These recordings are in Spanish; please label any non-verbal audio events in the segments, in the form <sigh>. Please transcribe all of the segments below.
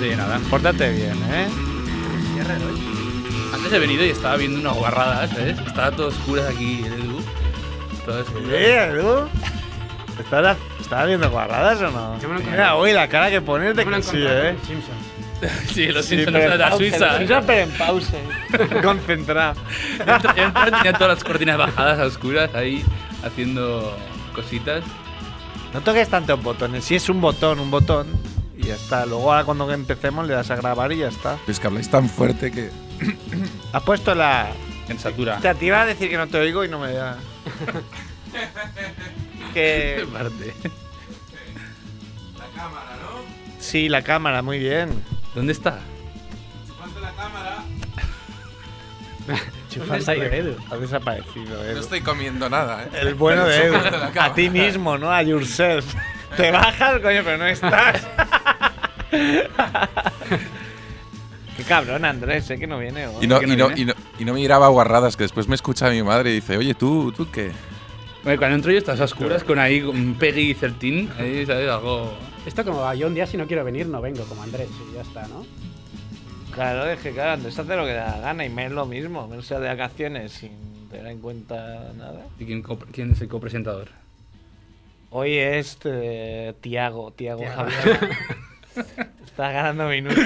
oye, nada, pórtate bien, ¿eh? Qué raro, ¿eh? Antes he venido y estaba viendo una guarrada, ¿sabes? Estaba todo oscuras aquí el Edu. Todo oscuro. Bien, ¿tú? ¿Estás, estás viendo guarradas o no? Yo me Mira, lo he encontrado. hoy la cara que pones de me lo he que sí, encontrado ¿eh? en los Simpsons. Sí, los Sí, Simpsons pero de la pausa, Suiza. los Yo <laughs> Simpsons, entré- pero en pause. ¿eh? <laughs> Concentrado. yo entré, tenía todas las cortinas bajadas a oscuras ahí haciendo cositas. No toques tantos botones. Si es un botón, un botón. Y ya está. Luego ahora cuando empecemos le das a grabar y ya está. Es que habláis tan fuerte que. Has puesto la... En satura. Te, te iba a decir que no te oigo y no me <laughs> da... que... Parte. Sí, la cámara, muy bien. ¿Dónde está? Chufas ahí, Edu. Ha desaparecido, Edu. No estoy comiendo nada, ¿eh? <laughs> El <laughs> bueno de Edu. Chupando la cámara. A ti mismo, ¿no? A yourself. Te bajas, coño, pero no <laughs> estás. Qué cabrón, Andrés, sé que no viene. Y no, ¿Por qué y, no no, y, no, y no miraba guarradas, que después me escucha mi madre y dice, oye, ¿tú, tú qué? Bueno, cuando entro yo estás a oscuras con ahí un Peggy y Certín. Ahí, ¿sabes? Algo. Esto como va, yo un día si no quiero venir no vengo, como Andrés, y ya está, ¿no? Claro, es que claro, Andrés hace lo que le da la gana y me es lo mismo, me sea de vacaciones sin tener en cuenta nada. ¿Y quién, co- quién es el copresentador? Hoy es eh, Tiago, Tiago Javier. <laughs> Está ganando minutos.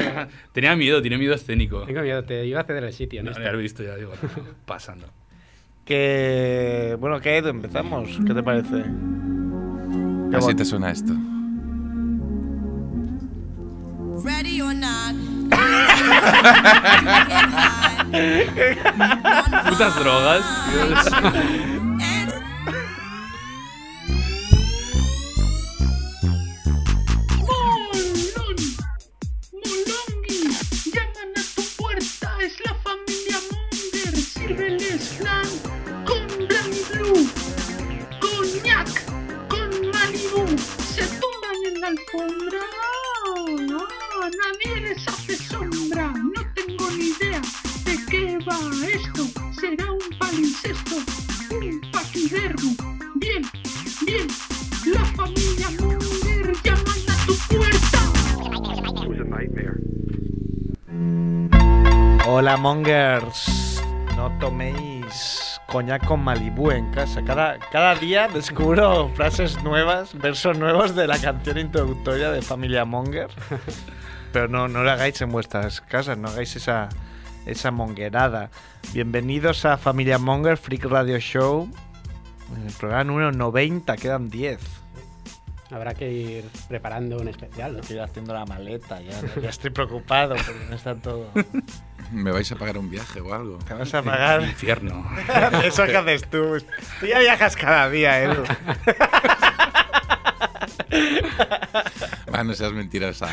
Tenía miedo, tenía miedo escénico. Tengo miedo, te iba a ceder el sitio, este. No, ¿no? ya lo he visto, ya digo, <laughs> pasando. que bueno, que Edu, empezamos. ¿Qué te parece? Qué Así bon- te suena esto. Ready or not. Putas Putas drogas. Molón, Molongi, llaman a tu puerta, es la familia Munger, sírveles flan con Blanc Blue, coñac, con Malibu, se tumban en la alfombra, no, nadie les hace sombra, no tengo ni idea de qué va esto, será un palincesto, un paquidermo, bien, bien, la familia Munger llaman a tu puerta. Hola, Mongers. No toméis coñac con Malibú en casa. Cada, cada día descubro frases nuevas, versos nuevos de la canción introductoria de Familia <laughs> Monger. Pero no, no lo hagáis en vuestras casas, no hagáis esa, esa monguerada. Bienvenidos a Familia Monger Freak Radio Show. En el programa número 90, quedan 10. Habrá que ir preparando un especial, ¿no? Estoy haciendo la maleta, ya, ya <laughs> estoy preocupado porque no está todo. Me vais a pagar un viaje o <laughs> algo. Te vas a pagar. Infierno. <laughs> Eso que haces tú. Tú ya viajas cada día, Edu. Ah, no seas mentirosa.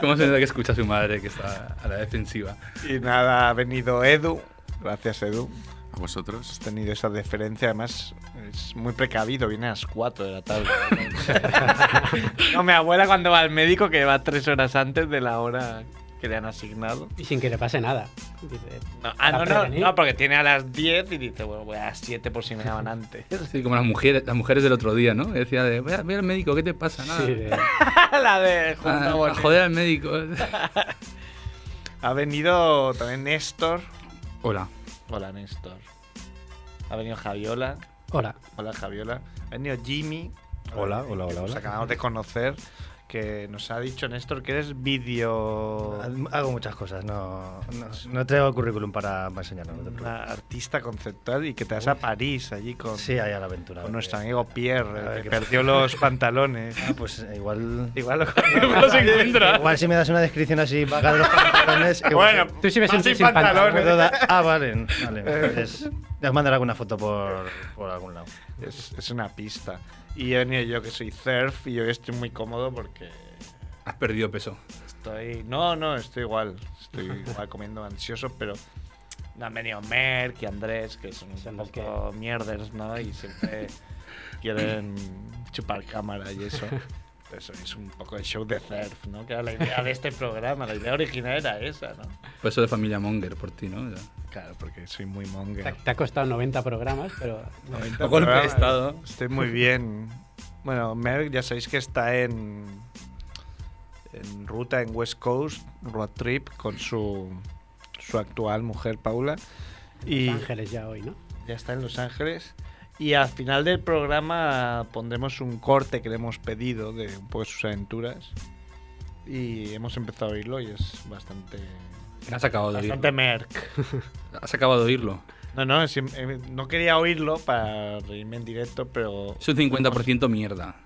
¿Cómo se nota que escucha a su madre que está a la defensiva? Y nada, ha venido Edu. Gracias, Edu. ¿A vosotros? Has tenido esa deferencia. Además, es muy precavido. Viene a las 4 de la <laughs> tarde. no, mi abuela cuando va al médico que va tres horas antes de la hora que le han asignado. Y sin que le pase nada. Dice, No, ah, no, ¿Para no, prevenir? no, porque tiene a las 10 y dice, bueno, voy a las 7 por si me daban antes. Sí, como las mujeres, las mujeres del otro día, ¿no? Que Decía de, ve, a- ve al médico, ¿qué te pasa? Nada. sí, <laughs> de- <laughs> la <laughs> de Ah, junta a joder al médico. <laughs> Ha venido también Néstor. Hola. Hola, Néstor. Ha venido Javiola. Hola. Hola Javiola. Ha venido Jimmy. Hola, hola, hola. Nos acabamos de conocer que nos ha dicho Néstor que eres vídeo Hago muchas cosas, no, no, no tengo el currículum para, para enseñarlo. No te preocupes. una artista conceptual y que te vas a París allí con, sí, ahí a la aventura. con porque- nuestro amigo Pierre, A el ver que qué- perdió los <laughs> pantalones. Ah, pues eh, <laughs> igual. Igual lo <laughs> Igual si me das una descripción así vaga de los pantalones. que Bueno, Tú sí me Vas sentís sin sin pantalones. pantalones. puedo dar- Ah, vale, vale. Entonces, te mandaré alguna foto por, por algún lado. es, es una pista. Y he venido yo que soy surf y yo estoy muy cómodo porque Has perdido peso. Estoy. No, no, estoy igual. <laughs> Estoy igual comiendo ansioso, pero. No han venido Merck y Andrés, que son Son un los poco mierders, ¿no? Y <laughs> siempre quieren chupar cámara y eso. Eso es un poco el show de surf, ¿no? Que era la idea de este programa, la idea original era esa, ¿no? Peso de familia Monger por ti, ¿no? Ya. Claro, porque soy muy Te, monger. te ha costado 90 programas, pero A golpe de estado. Estoy muy bien. Bueno, Merck ya sabéis que está en en ruta en West Coast, road trip con su, su actual mujer Paula. Y Ángeles ya hoy, ¿no? ya está en Los Ángeles. Y al final del programa pondremos un corte que le hemos pedido de un poco sus aventuras. Y hemos empezado a oírlo y es bastante. Has acabado de oírlo. Bastante merc. Has acabado de oírlo. No, no, sí, eh, no quería oírlo para reírme en directo, pero. Es un 50% mierda.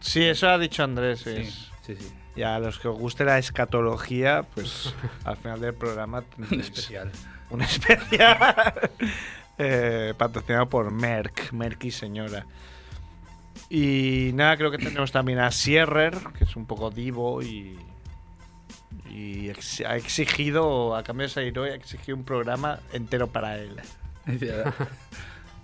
Sí, eso ha dicho Andrés. es- sí, sí. Y a los que os guste la escatología, <laughs> pues al final del programa Un tendréis especial. <laughs> un especial <laughs> eh, patrocinado por Merck, Merck y señora. Y nada, creo que tenemos también a Sierrer, que es un poco divo y, y ex- ha exigido, a cambio de Sairo, ha exigido un programa entero para él.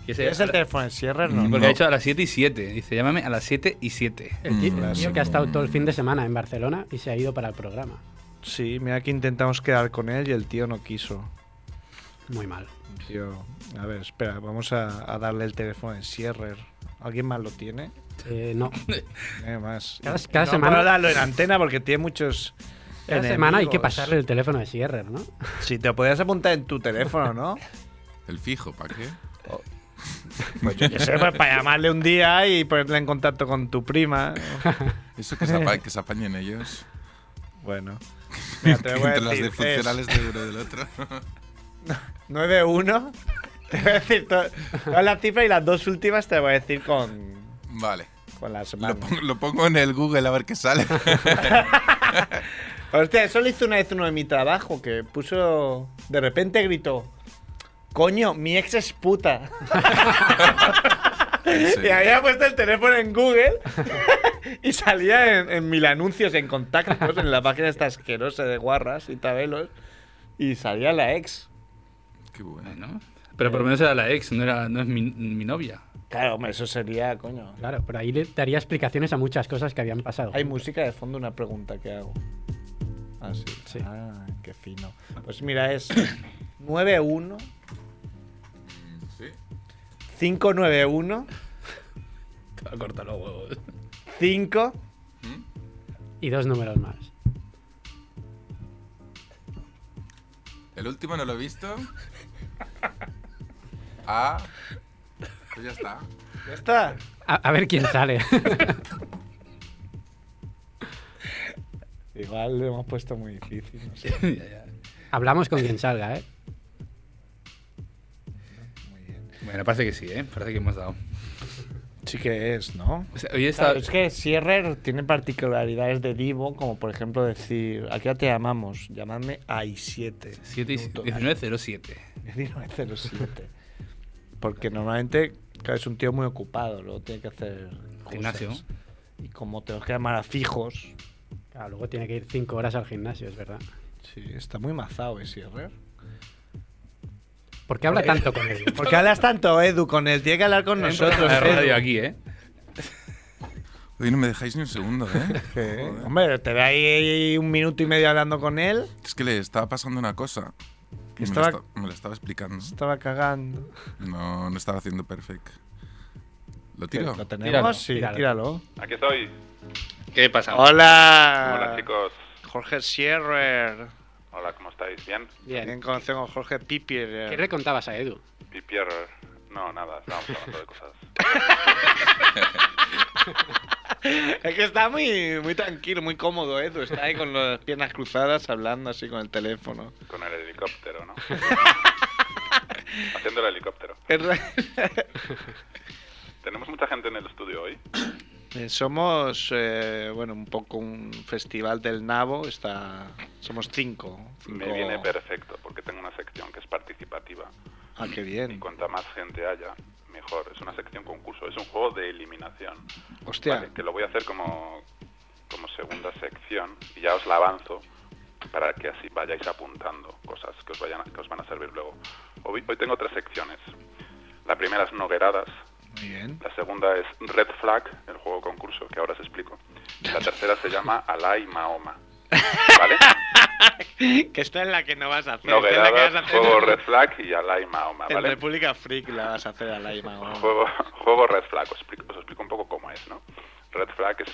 Que se- ¿Es el teléfono de Sierrer? No, Mm, Porque No. ha dicho a las 7 y 7. Dice, llámame a las 7 y 7. El tío, Mm, el sí. tío que ha estado todo el fin de semana en Barcelona y se ha ido para el programa. Sí, mira que intentamos quedar con él y el tío no quiso. Muy mal. Tío, a ver, espera, vamos a, a darle el teléfono de Sierrer. ¿Alguien más lo tiene? Eh, <laughs> no. Nadie más. Cada- cada No, semana- No, dalo en antena porque tiene muchos. Cada enemigos. semana hay que pasarle el teléfono de Sierrer, ¿no? Si te podías apuntar en tu teléfono, <laughs> ¿no? El fijo, ¿para qué? Pues yo qué sé, pues para llamarle un día y ponerle en contacto con tu prima. <laughs> Eso que se, apa- que se apañen ellos. Bueno. <laughs> Mira, <laughs> te voy a Entre las decir, disfuncionales de uno y del otro. <laughs> 9 1 <laughs> Te voy a decir to- todas las cifras y las dos últimas te voy a decir con, vale. con la semana. Lo pongo, lo pongo en el Google a ver qué <laughs> sale. <laughs> Hostia, eso lo hizo una vez uno de mi trabajo, que puso. De repente gritó: Coño, mi ex es puta. Sí. <laughs> Y había puesto el teléfono en Google <laughs> y salía en, en mil anuncios, en contactos, en la página esta asquerosa de guarras y tabelos. Y salía la ex. Qué bueno. Bueno. Pero por lo menos era la ex, no, era, no es mi, mi novia. Claro, hombre, eso sería, coño. Claro, pero ahí le daría explicaciones a muchas cosas que habían pasado. Hay música de fondo, una pregunta que hago. Ah, sí. Sí. Ah, qué fino. Pues mira, es <clears throat> 91 Sí. 591 Te va a cortar los huevos. 5 ¿Mm? Y dos números más. El último no lo he <laughs> visto. Ah. Pues ya está. ¿Ya está? A, a ver quién sale. <laughs> Igual lo hemos puesto muy difícil, no sé. Ya, ya. Hablamos con quien salga, ¿eh? Bueno, parece que sí, ¿eh? Parece que hemos dado. Sí que es, ¿no? O sea, hoy está... Claro, es que Sierrer tiene particularidades de divo, como por ejemplo decir, ¿a qué hora te llamamos? Llamadme AI7. 7 y <laughs> 1907. 1907. Porque normalmente claro, es un tío muy ocupado, luego tiene que hacer cosas. Gimnasio. Y como tenemos que llamar a fijos, Claro, luego tiene que ir cinco horas al gimnasio, es verdad. sí, está muy mazado, ¿eh, Sierrer? ¿Por qué habla tanto con él? ¿Por qué hablas tanto, Edu, con él? Tiene que hablar con nosotros, La Edu. radio aquí, ¿eh? Hoy no me dejáis ni un segundo, <laughs> ¿eh? Sí. Joder. Ah, Hombre, te ve ahí un minuto y medio hablando con él. Es que le estaba pasando una cosa. Que Y me, la estaba- esta- me la estaba explicando. Estaba cagando. No, no estaba haciendo perfect. ¿Lo tiro? ¿Lo tenemos? Tíralo, sí, tíralo. tíralo. Aquí estoy. ¿Qué pasa? Hola. Hola chicos. Jorge Sierrer. Hola, ¿cómo estáis? ¿Bien? Bien conocido como Jorge Pipier. le contabas a Edu? ¿Y Pierre? No, nada, estábamos hablando de cosas. Es que está muy, muy tranquilo, muy cómodo, Edu. Está ahí con las piernas cruzadas hablando así con el teléfono. Con el helicóptero, ¿no? Haciendo el helicóptero. Es re- Tenemos mucha gente en el estudio hoy. <laughs> Eh, Somos, eh, bueno, un poco un festival del Nabo. Está, somos cinco. Me cinco- viene perfecto porque tengo una sección que es participativa. Ah, qué Y bien. cuanta más gente haya, mejor. Es una sección concurso. Es un juego de eliminación. Hostia. Vale, que lo voy a hacer como, como segunda sección y ya os la avanzo para que así vayáis apuntando cosas que os, vayan a- que os van a servir luego. Hoy, hoy tengo tres secciones. La primera es Nogueradas, Muy bien. la segunda es Red Flag, el juego concurso, que ahora os explico. Y la tercera se llama Alai Mahoma. ¿Vale? <laughs> Que esta es la que no vas a hacer. esta es la que vas a Nogueradas, hacer <laughs> juego en- Red Flag y Alai Mahoma, En Ah, ¿vale? República Freak la vas a hacer a la Ima. <laughs> ¿no? Juego, juego Red Flag, os explico, os explico un poco cómo es, ¿no? Red Flag es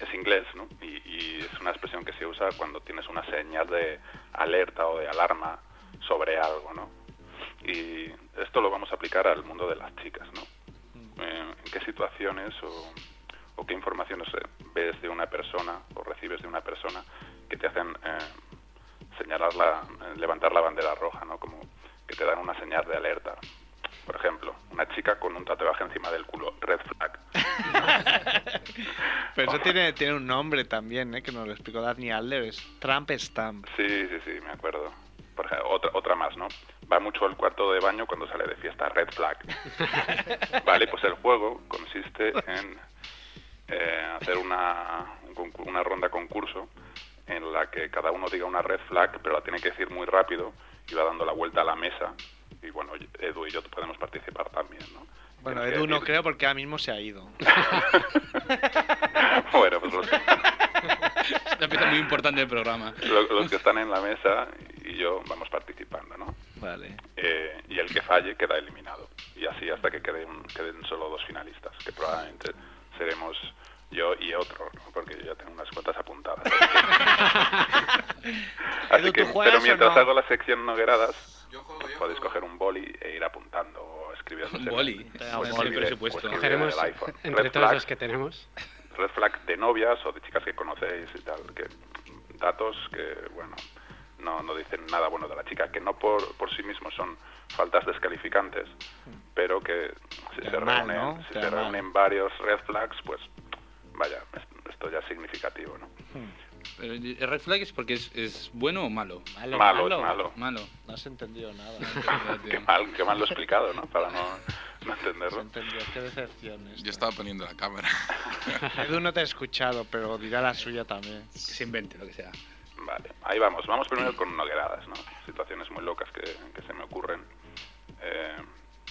es inglés, ¿no? Y, y es una expresión que se usa cuando tienes una señal de alerta o de alarma sobre algo, ¿no? Y esto lo vamos a aplicar al mundo de las chicas, ¿no? Mm. Eh, ¿En qué situaciones o, o qué informaciones eh, ves de una persona o recibes de una persona que te hacen eh, señalar la, eh, levantar la bandera roja, ¿no? Como que te dan una señal de alerta. Por ejemplo, una chica con un tatuaje encima del culo, red flag. Pero eso tiene, tiene un nombre también, ¿eh? que nos lo explicó Dani Adler, es Trump Stamp. Sí, sí, sí, me acuerdo. Por ejemplo, otra, otra más, ¿no? Va mucho al cuarto de baño cuando sale de fiesta, red flag. Vale, pues el juego consiste en eh, hacer una, un concur- una ronda concurso en la que cada uno diga una red flag, pero la tiene que decir muy rápido y va dando la vuelta a la mesa. Y bueno, Edu y yo podemos participar también, ¿no? Bueno, Tienes que Edu no decir- creo porque ahora mismo se ha ido. <laughs> bueno, pues los, Es una pieza muy importante del programa. lo- los que están en la mesa y yo vamos participando, ¿no? Vale. Eh, y el que falle queda eliminado. Y así hasta que queden, queden solo dos finalistas, que probablemente seremos yo y otro, ¿no? porque yo ya tengo unas <laughs> cuantas apuntadas. Edu, así ¿tú que, juegas pero o mientras no? hago la sección Nogueradas, podéis coger un boli e ir apuntando o escribiendo Un boli. o Ahora sí, escribir- presupuesto. o escribir en Cogeremos el iPhone. entre Red todos flag, los que tenemos. red flag de novias o de chicas que conocéis y tal, que datos que, bueno, no, no dicen nada bueno de la chica, que no por, por sí mismos son faltas descalificantes, pero que si Te se, da mal, reúnen, ¿no? si Te se da mal. reúnen varios red flags, pues vaya, es- esto ya es significativo, ¿no? Pero el red flag es porque es, es bueno o malo. Malo, Malo, malo. es malo. Malo. No has entendido <laughs> nada. Qué mal, qué mal lo he explicado, ¿no? Para no, no No has entenderlo. entendido, qué decepción esto. Yo estaba poniendo la <laughs> cámara. Edu no te ha escuchado, pero dirá la suya también. Que se invente lo que sea. Vale, ahí vamos. Vamos primero con nogueradas, ¿no? Situaciones muy locas que, que se me ocurren eh,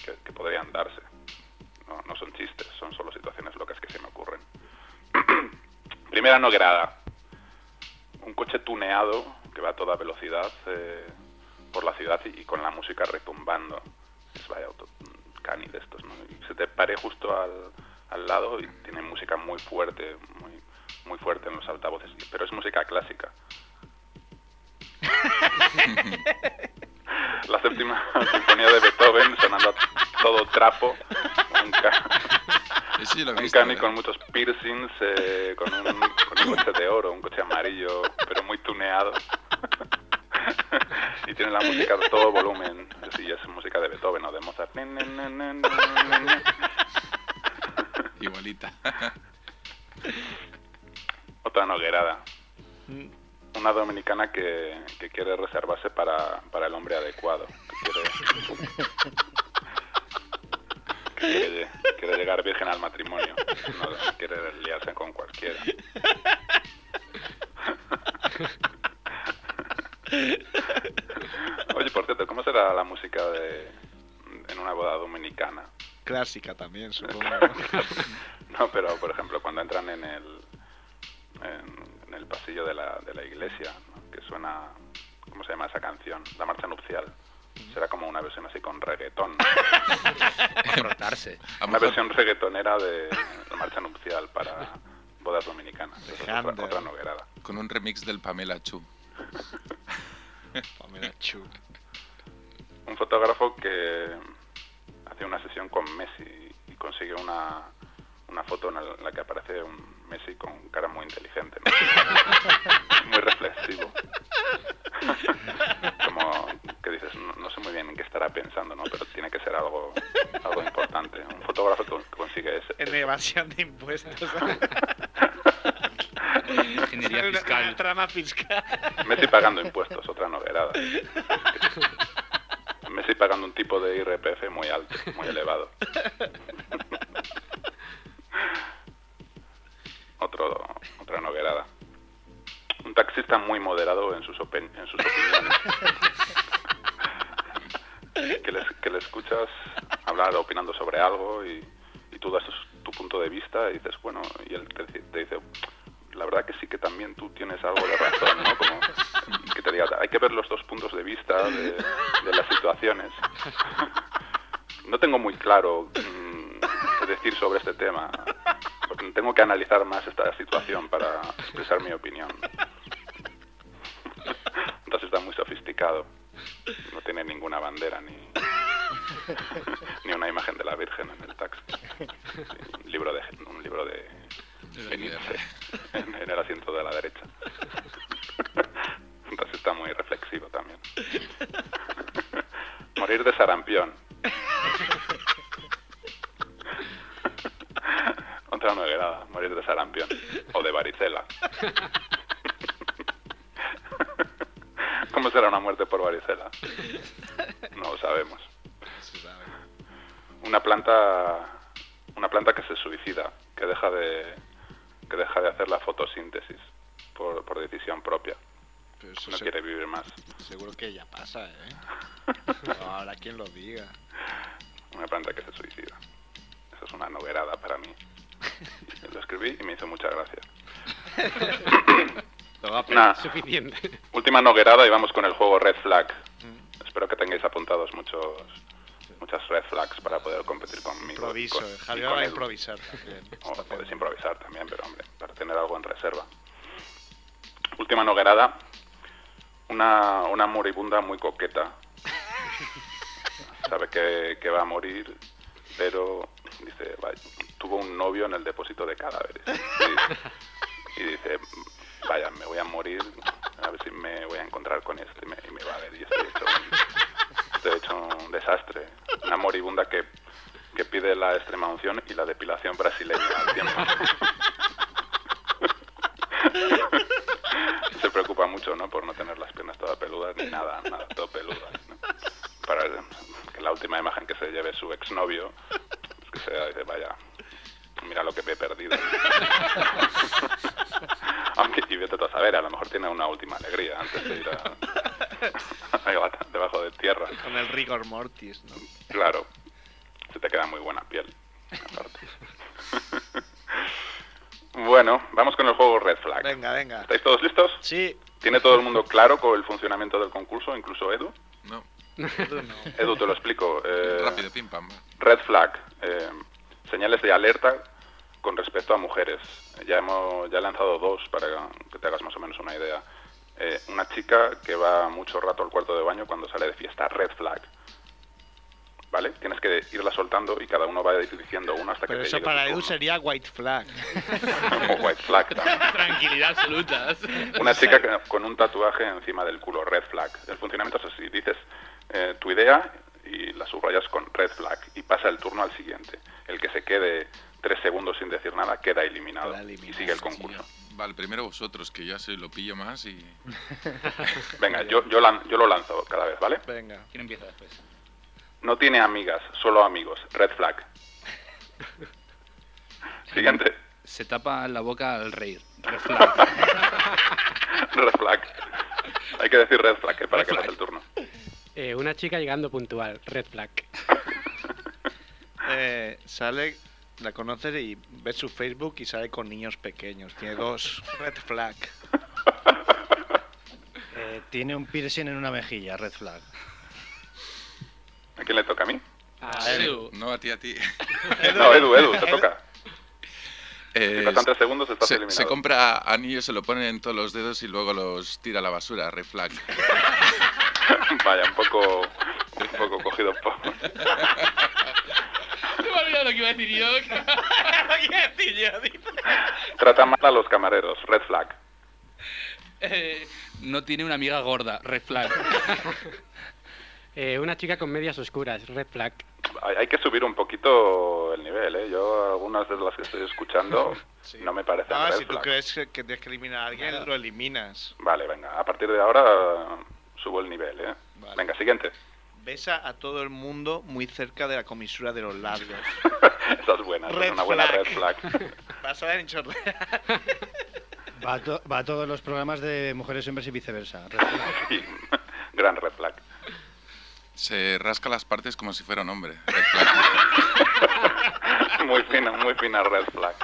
que, que podrían darse. No, no son chistes, son solo situaciones locas que se me ocurren. <clears throat> Primera noguerada. Un coche tuneado que va a toda velocidad eh, por la ciudad y, y con la música retumbando. Es vaya auto mm, cani de estos, ¿no? Y se te pare justo al, al lado y tiene música muy fuerte, muy, muy fuerte en los altavoces, pero es música clásica. la séptima <laughs> sinfonía de Beethoven sonando a todo trapo. Un, ca- Eso yo lo he un visto, cani ¿eh? con muchos piercings, eh, con, un, con un coche de oro, un coche amarillo, pero muy tuneado. <laughs> y tiene la música a todo volumen. Sí, es música de Beethoven o de Mozart. Nin, nin, nin, nin, nin, nin. Igualita. Otra noguerada. Mm. Una dominicana que, que quiere reservarse para, para el hombre adecuado. Que quiere, que quiere, quiere llegar virgen al matrimonio. No quiere liarse <laughs> con cualquiera. Oye, por cierto, ¿cómo será la música de, en una boda dominicana? Clásica también, supongo. <laughs> No, pero por ejemplo, cuando entran en el en, en el pasillo de la, de la iglesia, ¿no? que suena, ¿cómo se llama esa canción? La marcha nupcial. Será como una versión así con reggaetón. Para rotarse. A lo Una mejor versión reggaetonera de la marcha nupcial para bodas dominicanas. Esa es Alejandro. otra, otra noguerada. con un remix del Pamela Chu. Pamela Chu. Un fotógrafo que hace una sesión con Messi y consigue una, una foto en la, en la que aparece un Messi con cara muy inteligente, ¿no? muy reflexivo. Como que dices, no, no sé muy bien en qué estará pensando, ¿no? pero tiene que ser algo, algo importante. Un fotógrafo que consigue ese, En evasión de impuestos. Ingeniería Una- Una fiscal. trama fiscal. Messi pagando impuestos, otra novedad. Messi pagando un tipo de IRPF muy alto, muy elevado. Otro, otra novedad. Un taxista muy moderado en sus, open- en sus opiniones. Que le que le escuchas hablar opinando sobre algo y, y tú das tu punto de vista y dices, bueno, y él te, te dice, la verdad que sí que también tú tienes algo de razón, ¿no? Como que te diga, hay que ver los dos puntos de vista de, de las situaciones. No tengo muy claro mm, qué decir sobre este tema. porque tengo que analizar más esta situación para expresar mi opinión. Entonces está muy sofisticado. No tiene ninguna bandera ni, <laughs> ni una imagen de la Virgen en el taxi. Sí, Un libro de, un libro de Benítez en en el asiento de la derecha. Entonces está muy reflexivo también. Morir de sarampión. Otra novedad, morir de sarampión. O de varicela. ¿Cómo será una muerte por varicela? No lo sabemos. Una planta, una planta que se suicida, que deja de, que deja de hacer la fotosíntesis por, por decisión propia. Pero eso No se- quiere vivir más. Seguro que ya pasa, ¿eh? <laughs> No, Ahora quien lo diga. Una planta que se suicida. Eso es una noguerada para mí. Lo escribí y me hizo mucha gracia. <laughs> <coughs> Nah, Suficiente. última noguerada y vamos con el juego Red Flag. Espero que tengáis apuntados muchos muchas red flags para poder competir conmigo. Improviso, con- y Javier con va a Edu. <laughs> improvisar también. O puedes improvisar también, pero hombre, para tener algo en reserva. Última noguerada. Una, una moribunda muy coqueta. Sabe que, que va a morir, pero dice, "Vaya, tuvo un novio en el depósito de cadáveres. Y, y dice, vaya, me voy a morir, a ver si me voy a encontrar con este y me, y me va a ver. Y estoy hecho un- estoy hecho un desastre. Una moribunda que que pide la extrema unción y la depilación brasileña al tiempo. <laughs> Se preocupa mucho, ¿no? Por no tener las piernas todas peludas ni nada, nada, todo peludas. ¿no? Para que la última imagen que se lleve su exnovio, pues que sea, dice, vaya, mira lo que me he perdido. <laughs> Aunque, y vete tú a saber, a lo mejor tiene una última alegría antes de <laughs> ir a- <laughs> ahí va, debajo de tierra. Con el rigor mortis, ¿no? Claro, se te queda muy buena piel. aparte. <laughs> bueno, vamos con el juego Red Flag. Venga, venga. ¿Estáis todos listos? Sí, ¿Tiene todo el mundo claro con el funcionamiento del concurso, <laughs> incluso Edu? No, tú no. Edu, te lo explico. eh, rápido, pim pam. va. Red Flag, eh, señales de alerta con respecto a mujeres. Ya hemos ya he lanzado dos para que te hagas más o menos una idea. Eh, una chica que va mucho rato al cuarto de baño cuando sale de fiesta, Red Flag. ¿Vale? Tienes que irla soltando y cada uno va diciendo uno hasta que Pero te eso llegue para tu Edu <laughs> turno. sería white flag. O White Flag también. Tranquilidad <laughs> absoluta. Una chica que- con un tatuaje encima del culo, red flag. El funcionamiento es así, dices eh, tu idea y la subrayas con red flag y pasa el turno al siguiente. El que se quede tres segundos sin decir nada queda eliminado, Queda eliminado, y sigue el sí, concurso. <laughs> Vale, primero vosotros, que ya se lo pillo más y. Venga, yo, yo, lan- yo lo lanzo cada vez, ¿vale? Venga. ¿Quién empieza después? No tiene amigas, solo amigos, red <laughs> flag. Siguiente, Se tapa la boca al reír. <laughs> Red flag. red flag. Hay que decir red flag eh, para Red que flag. pase el turno. Eh, una chica llegando puntual, red flag. Eh, sale, la conoces y ves su Facebook y sale con niños pequeños. Tiene dos red flag. Eh, tiene un piercing en una mejilla, red flag. ¿A quién <laughs> le toca a mí? Edu. No, a ti, a ti. Eh, No, Edu, Edu, <laughs> te toca. Eh, Si pasan tres segundos, estás se, eliminado. se compra anillos, se lo ponen en todos los dedos y luego los tira a la basura, red flag. <laughs> Vaya, un poco, un poco cogido por... Se me ha olvidado lo que iba a decir yo. <laughs> lo que iba a decir yo, Trata mal a los camareros, red flag. Eh, no tiene una amiga gorda. Red flag. <laughs> Eh, una chica con medias oscuras, red flag. Hay, hay que subir un poquito el nivel, ¿eh? Yo algunas de las que estoy <laughs> escuchando no me parecen Ah, red si tú flag. crees que que tienes que eliminar a alguien, lo eliminas. Vale, venga, a partir de ahora subo el nivel, ¿eh? Vale. Venga, siguiente. Besa a todo el mundo muy cerca de la comisura de los labios. <laughs> Esa es buena, esa es Red una buena flag. <laughs> red flag. Vas a dar en chorrea. Va a, to- va a todos los programas de mujeres, hombres y viceversa. red flag. Sí, <laughs> gran red flag. Se rasca las partes como si fuera un hombre, red <laughs> flag. Muy fina, muy fina red flag.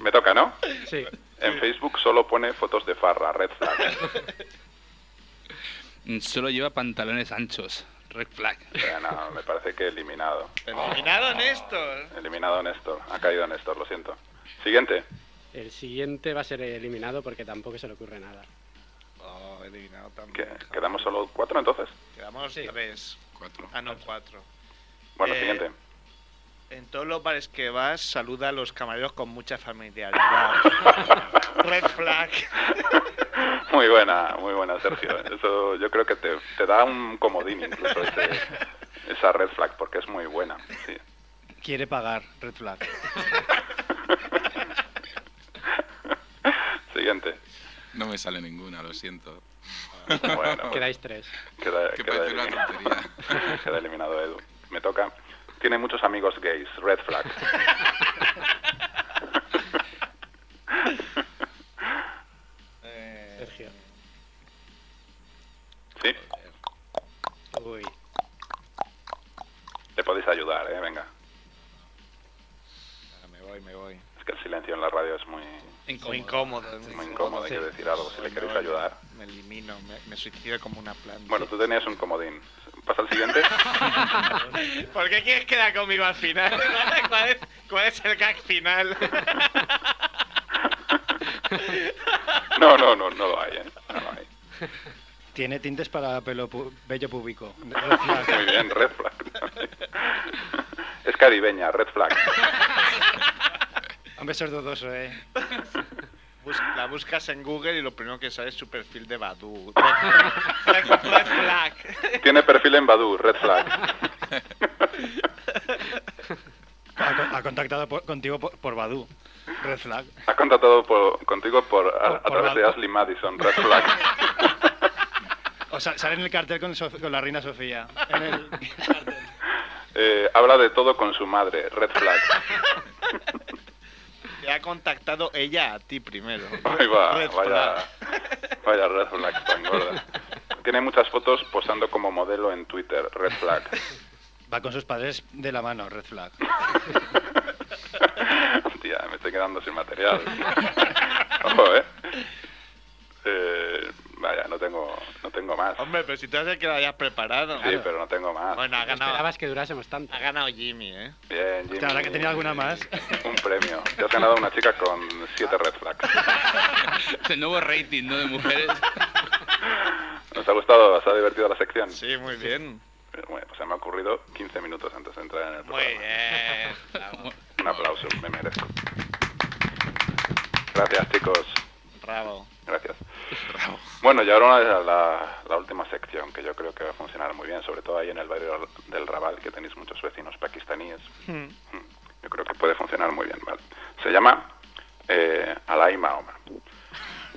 Me toca, ¿no? Sí. En Facebook solo pone fotos de farra, red flag. Mm, Solo lleva pantalones anchos. Red flag. <laughs> Eh, no, me parece que eliminado. Eliminaron esto. eh. Eliminado Néstor, ha caído Néstor, lo siento. Siguiente. El siguiente va a ser eliminado porque tampoco se le ocurre nada. Oh, he adivinado también. ¿Qué- ¿Quedamos solo cuatro entonces? Quedamos tres. Cuatro. Ah, no, cuatro. Bueno, Eh, siguiente. En todos los bares que vas, saluda a los camareros con mucha familiaridad. Red flag. Muy buena, muy buena, Sergio. Eso yo creo que te, te da un comodín incluso ese- esa red flag porque es muy buena. Sí. Quiere pagar, red flag. Siguiente. No me sale ninguna, lo siento. Bueno, pues, Quedáis tres. queda, Que queda parece una eliminado. <laughs> tontería. Queda eliminado Edu. Me toca. Tiene muchos amigos gays, red flag. Sergio. Sí, Uy. le podéis ayudar, ¿eh? Venga. Me voy, me voy. Es que el silencio en la radio es muy, Muy incómodo. muy incómodo, hay que decir algo si le queréis ayudar. Me elimino, me, me suicido como una planta. Bueno, tú tenías un comodín. ¿Pasa al siguiente? <laughs> ¿Por qué quieres quedar conmigo al final? <laughs> ¿Cuál es, cuál es el gag final? No, no, no, no lo hay, ¿eh? No lo hay. Tiene tintes para pelo pu- vello púbico. Muy bien, red flag. <laughs> Es caribeña, red flag. Hombre, eso es dudoso, eh. <laughs> Bus- la buscas en Google y lo primero que sale es su perfil de Badu. Red, red- red flag. Tiene perfil en Badu, red flag. Ha, co- ha contactado por- contigo por, por Badu. Red flag. Ha contratado por- contigo por, a, Por- a por través de Badu. Ashley <laughs> Madison, red flag. O sea, sale en el cartel con, Sof- con la reina Sofía. En el- Eh, habla de todo con su madre, red <laughs> flag. Te ha contactado ella a ti primero. Ahí va, Red vaya, flag. vaya red flag tan gorda. Tiene muchas fotos posando como modelo en Twitter, red <laughs> flag. Va con sus padres de la mano, red flag. Hostia, me estoy quedando sin material. <laughs> Ojo, ¿eh? Eh, Vaya, no tengo, no tengo más. Hombre, pero si tú haces que lo hayas preparado. Sí, pero no tengo más. Bueno, ha ganado, Esperabas que durásemos tanto. ha ganado Jimmy, ¿eh? Bien, Jimmy. Hostia, ahora que tenía alguna más. Un premio. Te has ganado una chica con siete red flags. <laughs> Es el nuevo rating, ¿no? De mujeres. ¿Nos ha gustado? ¿Os ha divertido la sección? Sí, muy bien. Bueno, pues se me ha ocurrido 15 minutos antes de entrar en el Muy programa. bien. Bravo. Un aplauso, me merezco. Gracias, chicos. Bravo. Gracias. Bueno, y ahora la, la, la última sección que yo creo que va a funcionar muy bien, sobre todo ahí en el barrio del Raval, que tenéis muchos vecinos pakistaníes. Hmm. Yo creo que puede funcionar muy bien, ¿vale? Se llama eh, Alai Mahoma.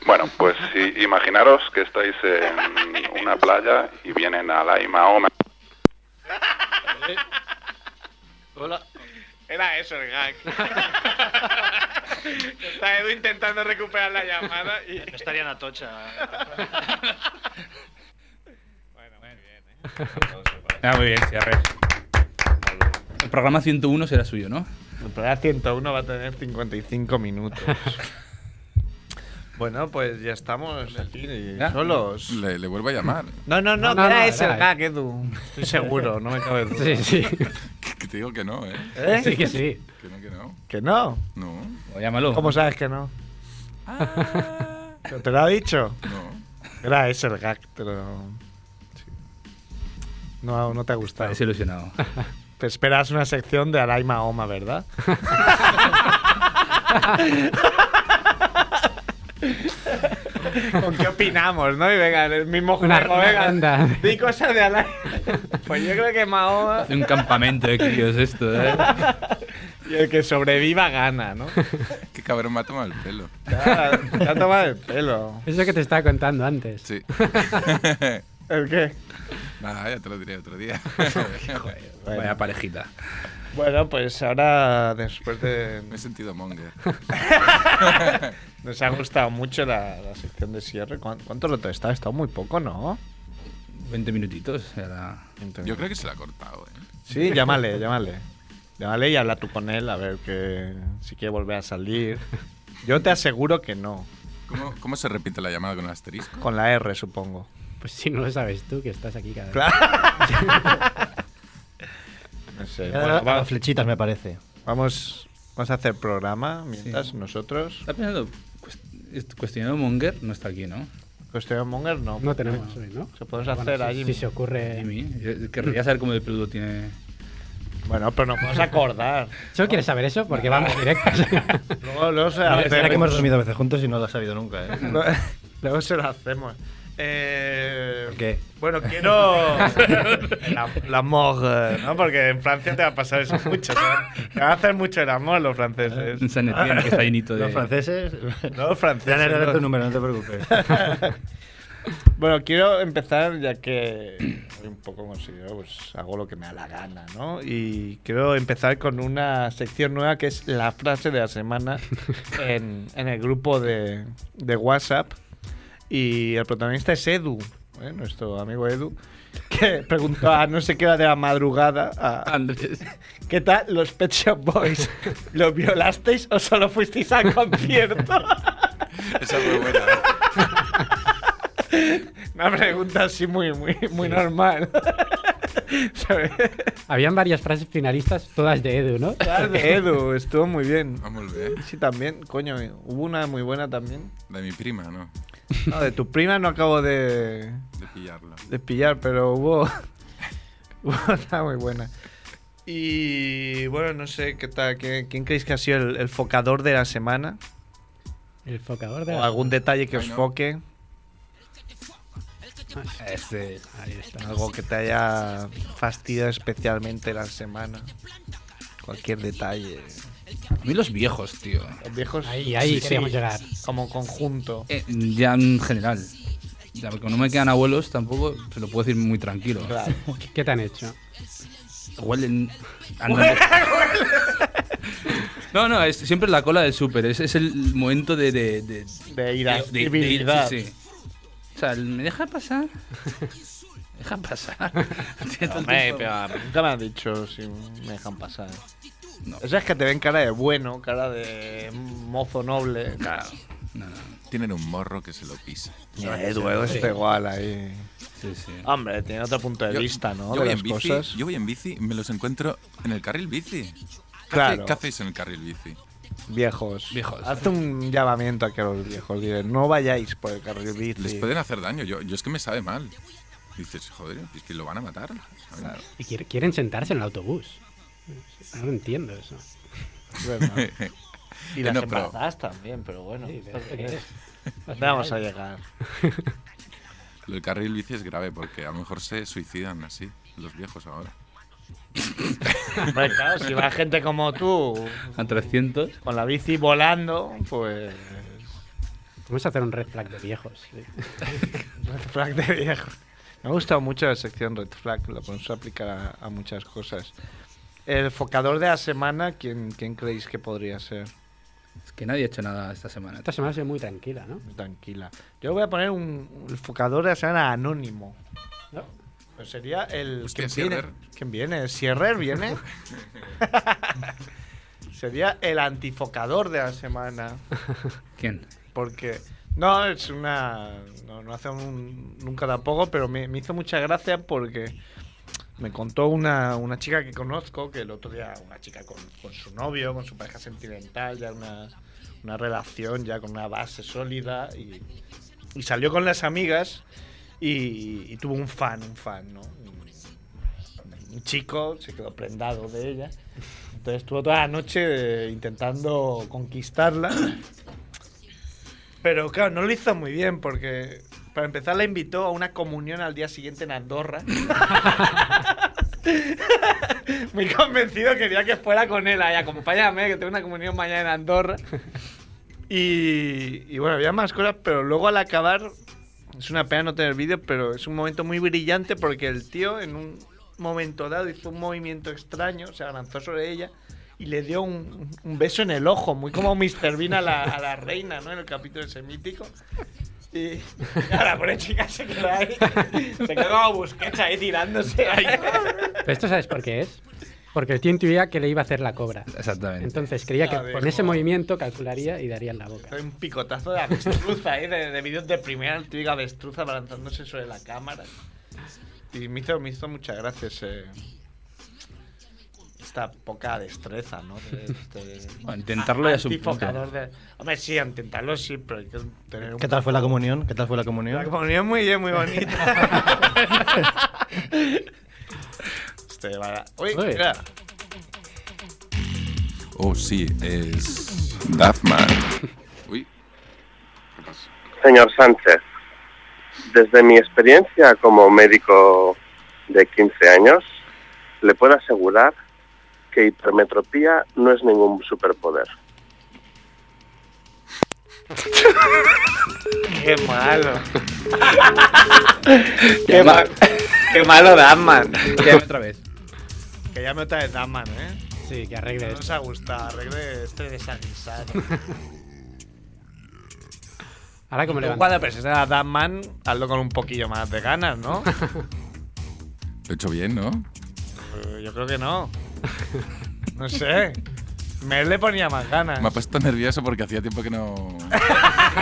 Bueno, pues si- imaginaros que estáis en una playa y vienen Alai Mahoma. Hola. Era eso el gag. Está Edu intentando recuperar la llamada y... No estaría en Atocha. Bueno, muy bien, ¿eh? Ah, muy bien, cierre. El programa 101 será suyo, ¿no? El programa 101 va a tener 55 minutos. <laughs> bueno, pues ya estamos aquí ¿Ya? solos. Le, le vuelvo a llamar. No, no, no, No, no, que era no, ese era el gag, Edu. Estoy seguro, no me cabe duda. Sí, sí. Que, que te digo que no, ¿eh? ¿Eh? Sí que sí. Que no, que no. ¿Que no? No, O llámalo. ¿Cómo sabes que no? ¿Te lo ha dicho? no. Era ese el gag, pero... No, no te ha gustado. Estás ilusionado. Te esperas una sección de Alay Mahoma, ¿verdad? ¿Con qué opinamos, no? Y venga, el mismo juego, Una- una venga. ronda. Di cosas de Alay. Pues yo creo que Mahoma Hace un campamento de críos esto, ¿eh? y el que sobreviva gana, ¿no? Qué cabrón me ha tomado el pelo. Ya, ya toma el pelo. Eso que te estaba contando antes. Sí. <laughs> ¿El qué? Nada, ya te lo diré otro día. <laughs> Bueno. Vaya parejita. Bueno, pues ahora después de... me he sentido monger. Nos ha gustado mucho la, la sección de cierre. ¿Cuán- ¿Cuánto lo te está? Está muy poco, ¿no? 20 minutitos. Era... Yo creo que se lo ha cortado, ¿eh? Sí, llámale, llámale. Llámale y habla tú con él a ver que si quiere volver a salir. Yo te aseguro que no. ¿Cómo, cómo se repite la llamada con un asterisco? Con la R, supongo. Pues si no lo sabes tú, que estás aquí cada Claro. No sé. Bueno, Bueno, va- flechitas, me parece. vamos, Vamos a hacer programa mientras nosotros. Está pensando, cuest- est- cuestionando Monger no está aquí, ¿no? Cuestión Pues Monger no. No tenemos hoy, ¿no? Se puedes Bueno, hacer si- ahí. Si se ocurre. Jimmy. eh, Querría saber cómo de peludo tiene. Bueno, pero nos podemos acordar. ¿Solo quieres saber eso? Porque vamos directos. Luego, luego se Mira, hace. que hemos dormido veces juntos y no lo has sabido nunca. ¿eh? Lo- <laughs> Luego se lo hacemos. Eh, ¿Qué? Bueno, quiero. el am- el amor, eh, ¿no? Porque en Francia te va a pasar eso mucho. Te van- Te van a hacer mucho el amor los franceses. Un San Etienne que está llenito <laughs> de. Los franceses. No, los Te van a franceses. heredar tu no. número, no <laughs> te preocupes. Bueno, quiero empezar ya que soy un poco considero, pues hago lo que me da la gana, ¿no? Y quiero empezar con una sección nueva que es la frase de la semana en, en el grupo de, de WhatsApp. Y el protagonista es Edu, ¿eh? nuestro amigo Edu, que preguntó a no sé qué hora de la madrugada a, Andrés. ¿qué tal los Pet Shop <laughs> Boys? ¿Lo violasteis o solo fuisteis al concierto? <laughs> Esa es muy buena. ¿eh? <laughs> Una pregunta así muy, muy, <laughs> muy normal. ¿Sabes? Habían varias frases finalistas, todas de Edu, ¿no? Claro, de <laughs> Edu, estuvo muy bien. Ah, molt bé. Sí, también, coño, hubo una muy <laughs> buena también. De mi prima, no. No, de tu prima no acabo de, De pillarla. de pillar, pero hubo, <laughs> hubo una muy buena. Y bueno, no sé qué tal, ¿quién, quién creéis que ha sido el, el focador de la semana? El focador de. ¿O la- algún detalle que os Ay, no. foque? Ah, Este, Ahí está. Algo que te haya fastidiado especialmente la semana. Cualquier detalle. A mí los viejos, tío. Los viejos. Ahí, ahí sí, sí, queríamos llegar. Como conjunto. Eh, ya en general. Ya, porque no me quedan abuelos tampoco, se lo puedo decir muy tranquilo. Claro. ¿Qué- ¿Qué te han hecho? <laughs> Huelen. andan de- <laughs> No, no, es siempre la cola del súper. Es, es el momento de. de, de, Eh, De ir de- de- de ir- sí, sí. O sea, el, ¿me deja pasar? <laughs> Deja <laughs> pasar. Tiene todo el Hombre, tiempo. pero nunca me han dicho si me dejan pasar. No. O sea, es que te ven cara de bueno, cara de mozo noble. Claro. No, no, Tienen un morro que se lo pisa. Edu, Edu Eh, está igual ahí. sí, sí. Hombre, tiene otro punto de vista, ¿no? yo de voy las en bici, cosas. Yo voy en bici y me los encuentro en el carril bici. ¿Qué hace- Claro. ¿Qué hacéis en el carril bici? Viejos. Viejos. Haz un llamamiento a que los viejos digan, no vayáis por el carril bici. Les pueden hacer daño. Yo, yo es que me sabe mal. Dices, joder, es que lo van a matar. Eh, A ver, Y quiere- quieren sentarse en el autobús. No lo entiendo eso. Bueno. y las No, pero- embarazadas también, pero bueno. Sí, ¿esto pero- qué es? ¿Dónde vamos a llegar? Lo del carril bici es grave porque a lo mejor se suicidan así los viejos ahora. Hombre, claro, si va gente como tú A 300. con la bici volando, pues. Vamos a hacer un red flag de viejos. sí. Red flag de viejo. Me ha gustado mucho la sección Red flag, lo podemos aplicar a, a muchas cosas. El focador de la semana, ¿quién, quién creéis que podría ser? Es que nadie ha hecho nada esta semana. Esta semana ha sido muy tranquila, ¿no? Tranquila. Yo voy a poner un, el focador de la semana anónimo. ¿No? Pero Pues sería el. Hostia, ¿quién, viene? Sierrer. ¿Quién viene? ¿Sierrer viene? <laughs> sería el antifocador de la semana. ¿Quién? Porque. No, es una. No, no hace un- nunca tampoco, pero me, me hizo mucha gracia porque me contó una, una chica que conozco que el otro día, una chica con, con su novio, con su pareja sentimental, ya una, una relación ya con una base sólida y, y salió con las amigas y, y tuvo un fan, un fan, ¿no? Un- Un chico se quedó prendado de ella. Entonces estuvo toda la noche eh, intentando conquistarla. Pero claro, no lo hizo muy bien porque para empezar la invitó a una comunión al día siguiente en Andorra. <laughs> muy convencido quería que fuera con él ahí, acompáñame, que tengo una comunión mañana en Andorra. Y, y bueno, había más cosas, pero luego al acabar, es una pena no tener vídeo, pero es un momento muy brillante porque el tío en un momento dado hizo un movimiento extraño, se abalanzó sobre ella y le dio un, un beso en el ojo, muy como Mr. Bean a la, a la reina, ¿no? En el capítulo ese mítico. Y, y <laughs> ahora, pobre chica, se quedó ahí, se quedó como busquecha ahí tirándose. Ahí. Pero esto sabes por qué es. Porque el tío intuía que le iba a hacer la cobra. Exactamente. Entonces creía A ver, que con ese joder. movimiento calcularía y daría en la boca. Hay un picotazo de avestruza ahí, de, de vídeos de primera, el típico avestruza balanzándose sobre la cámara. Y me hizo, me hizo mucha gracia ese. esta poca destreza, ¿no? De este- Bueno, intentarlo ya es un Antifocador de- Hombre, sí, intentarlo sí, pero hay que tener un... ¿Qué tal fue la comunión? ¿Qué tal fue la comunión? La comunión muy bien, <laughs> muy bonita. este, va... Uy, Uy. mira. Oh, sí, es. Duffman. <laughs> Uy. ¿Qué pasa? Señor Sánchez, desde mi experiencia como médico de 15 años, le puedo asegurar que hipermetropía no es ningún superpoder. Qué malo. qué, ma- qué malo Damman. Llame otra vez. Que ya me otra vez Damman, ¿eh? Sí, que No arregle nos esto. ha gustado. Arregle este <laughs> desaguisado. Ahora como Tú levanta. cuando presentes a Damman, hazlo con un poquillo más de ganas, <laughs> ¿no? Lo he hecho bien, ¿no? Eh, Yo creo que <laughs> no. No sé. Mel le ponía más ganas. Me ha puesto nervioso porque hacía tiempo que no.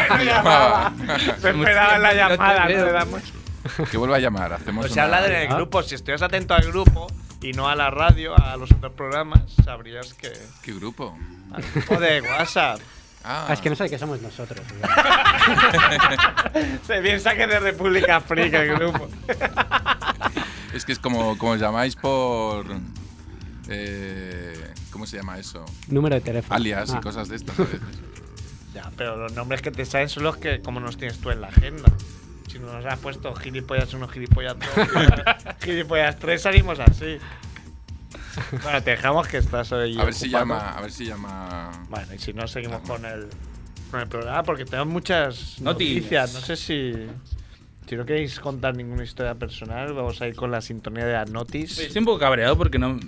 no llamaba. <laughs> <laughs> Se esperaba No la te llamada, veo. ¿no? Le damos- que vuelva a llamar. Hacemos O sea, una- Pues habla del grupo. Si estuvieras atento al grupo y no a la radio, a los otros programas, sabrías <laughs> que. ¿Qué grupo? Al grupo de WhatsApp. Ah, Ah, es que no sabe que somos nosotros. tío. Se piensa que es de República Africa el grupo. es, que es como, como os llamáis por. eh, ¿Cómo se llama eso? <laughs> Número de teléfono. Alias y Ah, cosas de estas a veces. Ya, pero los nombres que te salen son los que, como nos tienes tú en la agenda. Si no nos has puesto gilipollas uno, gilipollas <laughs> dos, gilipollas tres, salimos así. Bueno, te dejamos que estás hoy. A ver si ocupado. llama. A ver si llama. Bueno, y si no, seguimos con el, con el programa porque tenemos muchas Noticias. noticias. No sé si. Si no queréis contar ninguna historia personal, vamos a ir con la sintonía de las notis. Oye, Estoy un poco cabreado porque no.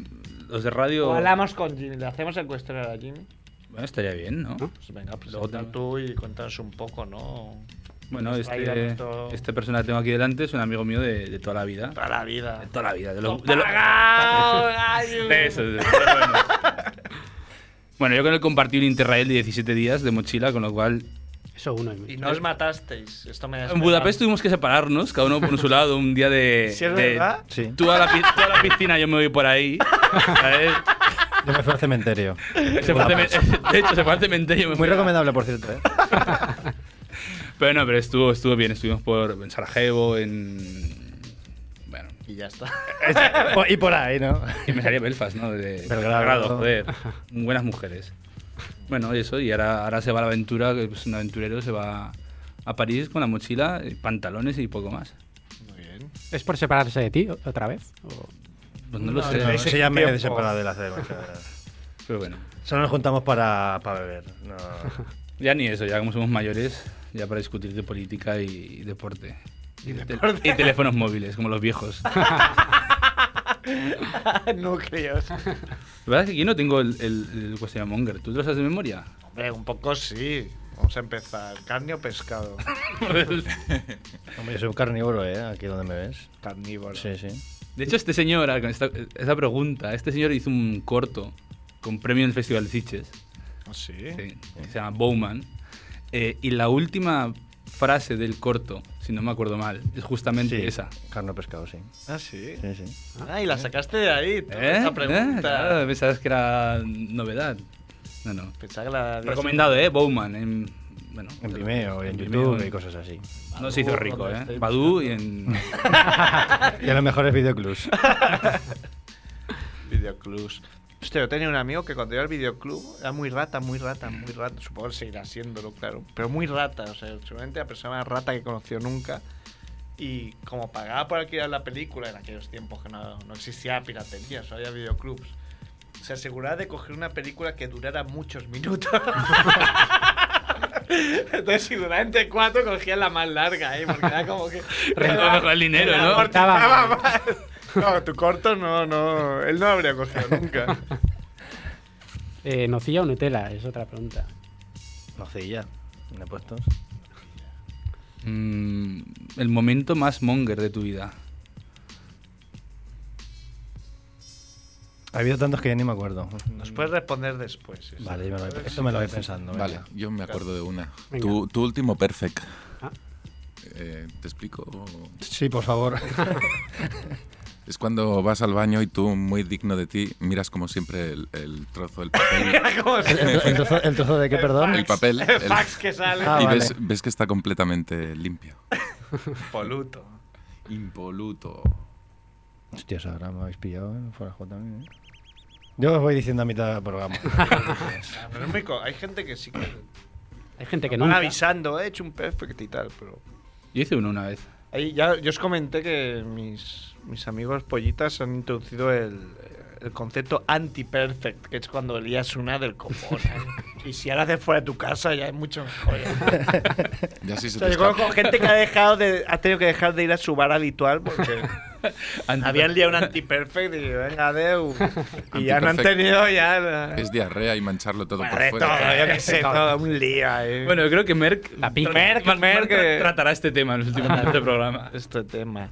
Los de radio. O hablamos con Jimmy, le hacemos el cuestionario a Jimmy. Bueno, estaría bien, ¿no? Pues venga, Luego presenta también. tú y cuéntanos un poco, ¿no? Bueno, Nos traiga este, nuestro- esta persona que tengo aquí delante es un amigo mío de, de toda la vida. Para la vida. De toda la vida. De, lo- de, lo- <laughs> ¡Pagao, gallo! de eso, de- de lo bueno. Bueno, yo con él compartí un Interrail de 17 días de mochila, con lo cual Eso uno. Y no os matasteis. Esto me En Budapest tuvimos que separarnos, cada uno por su lado, un día de. ¿Sí es de- verdad? Sí. Tú a, la, pi- tú a la piscina, yo me voy por ahí. <laughs> ¿sabes? Yo me fui al cementerio. Se fue al cemen- <laughs> de hecho, se fue al cementerio. yo me Muy fui a- recomendable, por cierto. ¿eh? Pero no, pero estuvo, estuvo bien. Estuvimos por en Sarajevo, en. Bueno. Y ya está. <laughs> y por ahí, ¿no? Y me salía Belfast, ¿no? De Belgrado. Belgrado, joder. Buenas mujeres. Bueno, y eso, y ahora, ahora se va a la aventura, que es un aventurero, se va a París con la mochila, eh, pantalones y poco más. Muy bien. ¿Es por separarse de ti o- otra vez? O- Pues no, lo sé. No, eso ya me he tiempo. separado de la ceremonia. Pero bueno. Solo nos juntamos para, para beber. No. Ya ni eso, ya como somos mayores, ya para discutir de política y, y deporte. Y, de- y teléfonos móviles, como los <laughs> viejos. La Núcleos. verdad es que yo no tengo el, el, el cuestionario Monger. ¿Tú te lo sabes de <laughs> memoria? Hombre, un poco sí. Vamos a empezar. Carne o pescado. <laughs> Hombre, yo soy un carnívoro, ¿eh? Aquí donde me ves. Carnívoro. Sí, sí. De hecho, este señor, con esta, esa pregunta, este señor hizo un corto con premio en el Festival de Sitges, ¿Ah, sí? sí, que se llama Bowman. Eh, y la última frase del corto, si no me acuerdo mal, es justamente sí. esa. Carne o pescado, sí. Ah, sí. Sí, sí. Ah, y la sacaste de ahí. tú, ¿Eh? Esa ¿Eh? pregunta. Claro, pensabas que era novedad. No, no. Pensaba que la habías- Recomendado, ¿eh? Bowman. En, bueno, En Vimeo, en, Vimeo, YouTube en- y cosas así. No se hizo rico, donde ¿eh? estoy Badu y <laughs> en. Y a los mejores videoclubs. Videoclubs. Hostia, yo tenía un amigo que cuando iba al videoclub era muy rata, muy rata, muy rata. Supongo que seguirá siéndolo, claro. Pero muy rata, o sea, seguramente la persona más rata que conoció nunca. Y como pagaba por alquilar la película en aquellos tiempos que no, no existía piratería, solo había videoclubs, se aseguraba de coger una película que durara muchos minutos. <laughs> Entonces, si duraba entre cuatro, cogía la más larga, ¿eh? Porque era como que. Rentaba mejor el dinero, Era ¿no? por- Estaba- eh, estaba mal. No, tu corto no, no. Él no habría cogido nunca. Eh, ¿Nocilla o Nutella? Es otra pregunta. Nocilla. ¿Me he puesto? Mm, el momento más monger de tu vida. Ha habido tantos que ya ni me acuerdo. Nos puedes responder después. sí, sí. <laughs> Vale, yo me lo voy- esto me lo voy pensando. venga. Vale, yo me acuerdo de una. Venga. Tu, tu último perfect. Ah. Eh, ¿Te explico? Sí, por favor. Es cuando vas al baño y tú, muy digno de ti, miras como siempre el, el trozo del <laughs> papel. ¿Cómo ¿El, <laughs> el- el trozo, el trozo de qué, perdón? El papel. El el- fax que sale. Ah, y vale. ves, ves que está completamente limpio. Poluto. Impoluto. Hostias, ahora me habéis pillado en fuera J también, ¿eh? Yo os voy diciendo a mitad del programa. Pero es muy co- hay gente que sí que. Hay gente que Que no. van avisando, "Eh, he hecho un perfect y tal, pero. Yo hice uno una vez. Ahí ya, yo os comenté que mis, mis amigos pollitas han introducido el, el concepto anti-perfect, que es cuando elías una del copón. ¿eh? <laughs> y si ahora haces fuera de tu casa, ya es mucho mejor. ya. Ya sí se O sea, te yo conozco escapa. gente que ha dejado de, ha tenido que dejar de ir a su bar habitual porque habían <laughs> liado un anti-perfect y venga, adeu. Y ya no han Anti-perfect. tenido ya. la- Es diarrea y mancharlo todo Bueno, por de fuera. todo, yo qué sé, todo un lío <laughs> ahí. Bueno, yo creo que Merck, La pica. Merck, Merck, Merck, eh. tratará este tema en los últimos minutos del programa. este tema.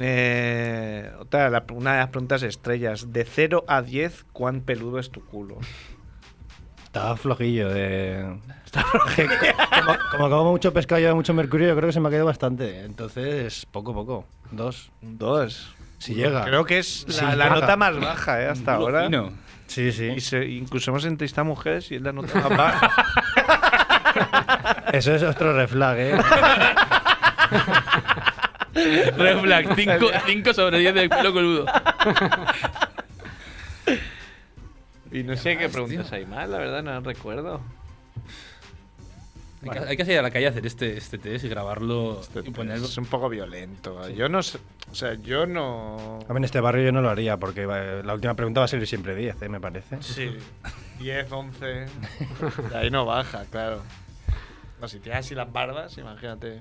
Eh, otra, la- una de las preguntas estrellas. De 0 a 10, ¿cuán peludo es tu culo? Estaba flojillo de. <laughs> Como, como como mucho pescado y lleva mucho mercurio, yo creo que se me ha quedado bastante. Entonces, poco a poco. Dos. Un 2. Si llega. Creo que es Sí, la, la baja. nota más baja eh, hasta Culo ahora. fino. Sí, sí. Y se- incluso hemos entrevistado a mujeres y es la nota más <laughs> baja. Eso es otro reflag, <laughs> ¿eh? Red <laughs> Flag, 5 sobre 10 de culo coludo. Y no sé qué preguntas hay más, la verdad, no recuerdo. Hay que- Hay que salir a la calle a hacer este, este test y grabarlo Este y ponerlo. Es un poco violento. Yo no sé. O sea, yo no. A mí en este barrio yo no lo haría, porque eh, la última pregunta va a ser siempre 10, ¿eh? Me parece. Sí. 10, 11. De ahí no baja, claro. No, si tienes así las barbas, imagínate.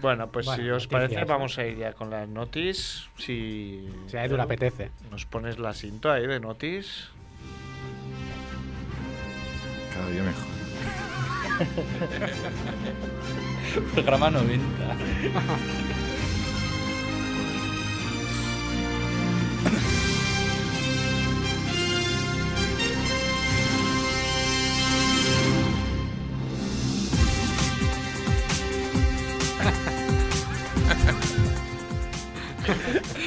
Bueno, pues Eh, Bueno, si os noticias. parece, vamos a ir ya con las notis. Si, Si a Edu le apetece. Nos pones la cinta ahí de notis. Cada día mejor. Programa 90.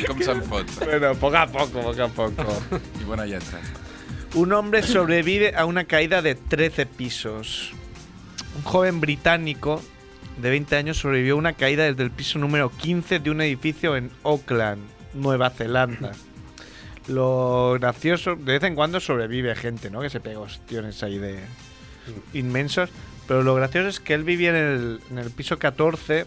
Com se'n fot? Bueno, poco a poco, poco a <laughs> poco. I bona lletra. Un hombre sobrevive a una caída de 13 pisos. Un joven británico de 20 años sobrevivió a una caída desde el piso número 15 de un edificio en Auckland, Nueva Zelanda. Lo gracioso, de vez en cuando sobrevive gente, ¿no? Que se pega hostiones ahí de inmensos. Pero lo gracioso es que él vivía en el, en el piso 14,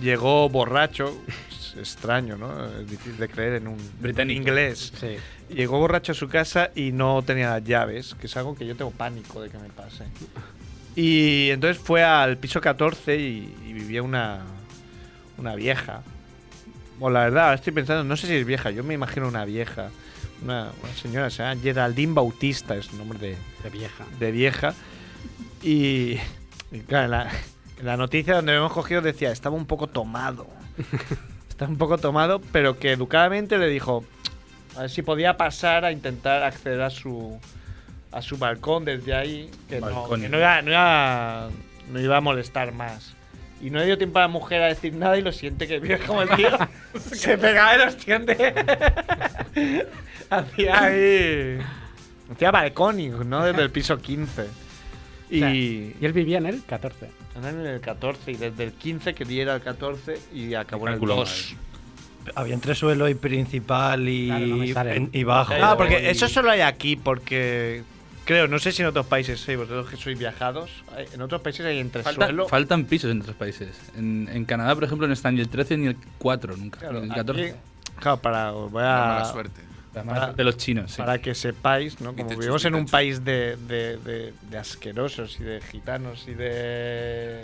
llegó borracho. Es extraño, ¿no? Es difícil de creer en un Británico. inglés. Sí. Llegó borracho a su casa y no tenía las llaves, que es algo que yo tengo pánico de que me pase. Y entonces fue al piso 14 y, y vivía una, una vieja. O la verdad, ahora estoy pensando, no sé si es vieja, yo me imagino una vieja. Una, una señora, se llama Geraldine Bautista, es el nombre de, De vieja. de vieja. Y, y claro, en la, en la noticia donde lo hemos cogido decía, estaba un poco tomado. estaba un poco tomado, pero que educadamente le dijo a ver si podía pasar a intentar acceder a su a su balcón desde ahí, que, no, Balcón. que no iba, no iba- no iba a molestar más. Y no le dio tiempo a la mujer a decir nada y lo siente que vio como el tío se pegaba en los tiendes. Hacía ahí... Hacía balcón, ¿no? Desde el piso 15. Y, O sea, y él vivía en el 14. andan en el 14 y desde el 15 que diera al 14 y acabó en el eh. Calculó 2. Había entre suelo y principal y, Claro, no me sale. en- y bajo. Ah, porque y- eso solo hay aquí, porque creo, no sé si en otros países, sí, vosotros que sois viajados, hay- en otros países hay Falta- entresuelo. faltan pisos en otros países. En, en Canadá, por ejemplo, no está ni el 13 ni el 4 nunca. Claro, ni el aquí- 14. claro, para, voy a- Ah. Mala suerte. La mala suerte de los chinos. sí. para que sepáis, ¿no? Como Vitecho, vivimos en un vitecho. país de, de- de- de asquerosos y de gitanos y de.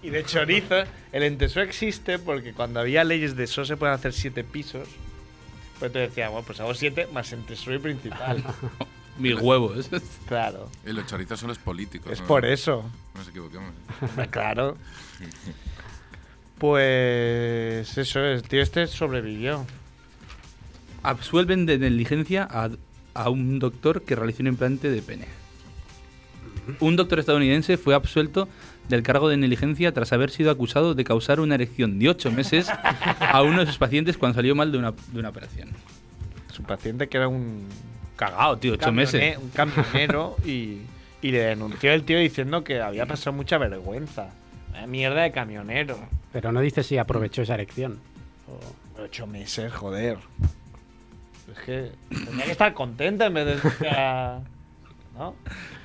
y de chorizos, el entresuelo existe porque cuando había leyes de eso se pueden hacer siete pisos. Pues te decía, bueno, pues hago siete más <laughs> entresuelo principal. Mis huevos. <laughs> claro. Eh, los chorizos son los políticos. Es ¿no? por eso. No nos equivoquemos. Hombre, claro. Pues eso, el tío este sobrevivió. Absuelven de negligencia a, a un doctor que realizó un implante de pene. un doctor estadounidense fue absuelto del cargo de negligencia tras haber sido acusado de causar una erección de ocho meses a uno de sus pacientes cuando salió mal de una, de una operación. Su paciente que era un Cagado, tío, ocho meses. campione- un camionero y, y le denunció el tío diciendo que había pasado mucha vergüenza. Una mierda de camionero. Pero no dice si aprovechó esa erección. Ocho meses, joder. Es que tenía que estar contenta en vez de. o sea, ¿no?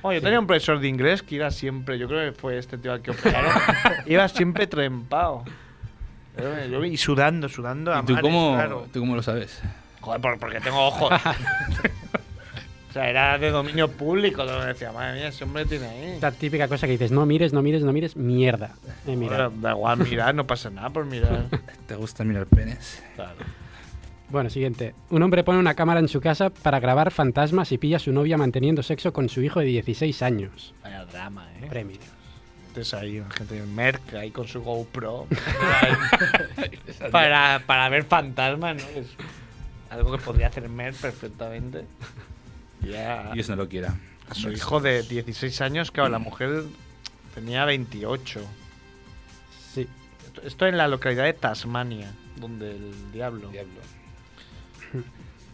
Bueno, yo tenía un profesor de inglés que iba siempre, yo creo que fue este tío al que <laughs> operaron, iba siempre trempado. Yo- yo- Y sudando, sudando a ¿Y tú mares, cómo, claro. tú cómo lo sabes? Joder, por- porque tengo ojos. o sea, era de dominio público. Lo que decía, madre mía, ese hombre tiene ahí. Esta típica cosa que dices, no mires, no mires, no mires, mierda. Eh, mira. Joder, da igual mirar, no pasa nada por mirar. ¿Te gusta mirar penes? Claro. Bueno, siguiente. Un hombre pone una cámara en su casa para grabar fantasmas y pilla a su novia manteniendo sexo con su hijo de 16 años. Vaya drama, eh. Premio. Entonces ahí, la gente de Merck ahí con su GoPro. para, para ver fantasmas, ¿no? Es algo que podría hacer Merck perfectamente. Ya. Dios no lo quiera. A su hijo de 16 años, claro, la mujer tenía 28. Sí. Esto- Esto en la localidad de Tasmania, donde el diablo. Diablo.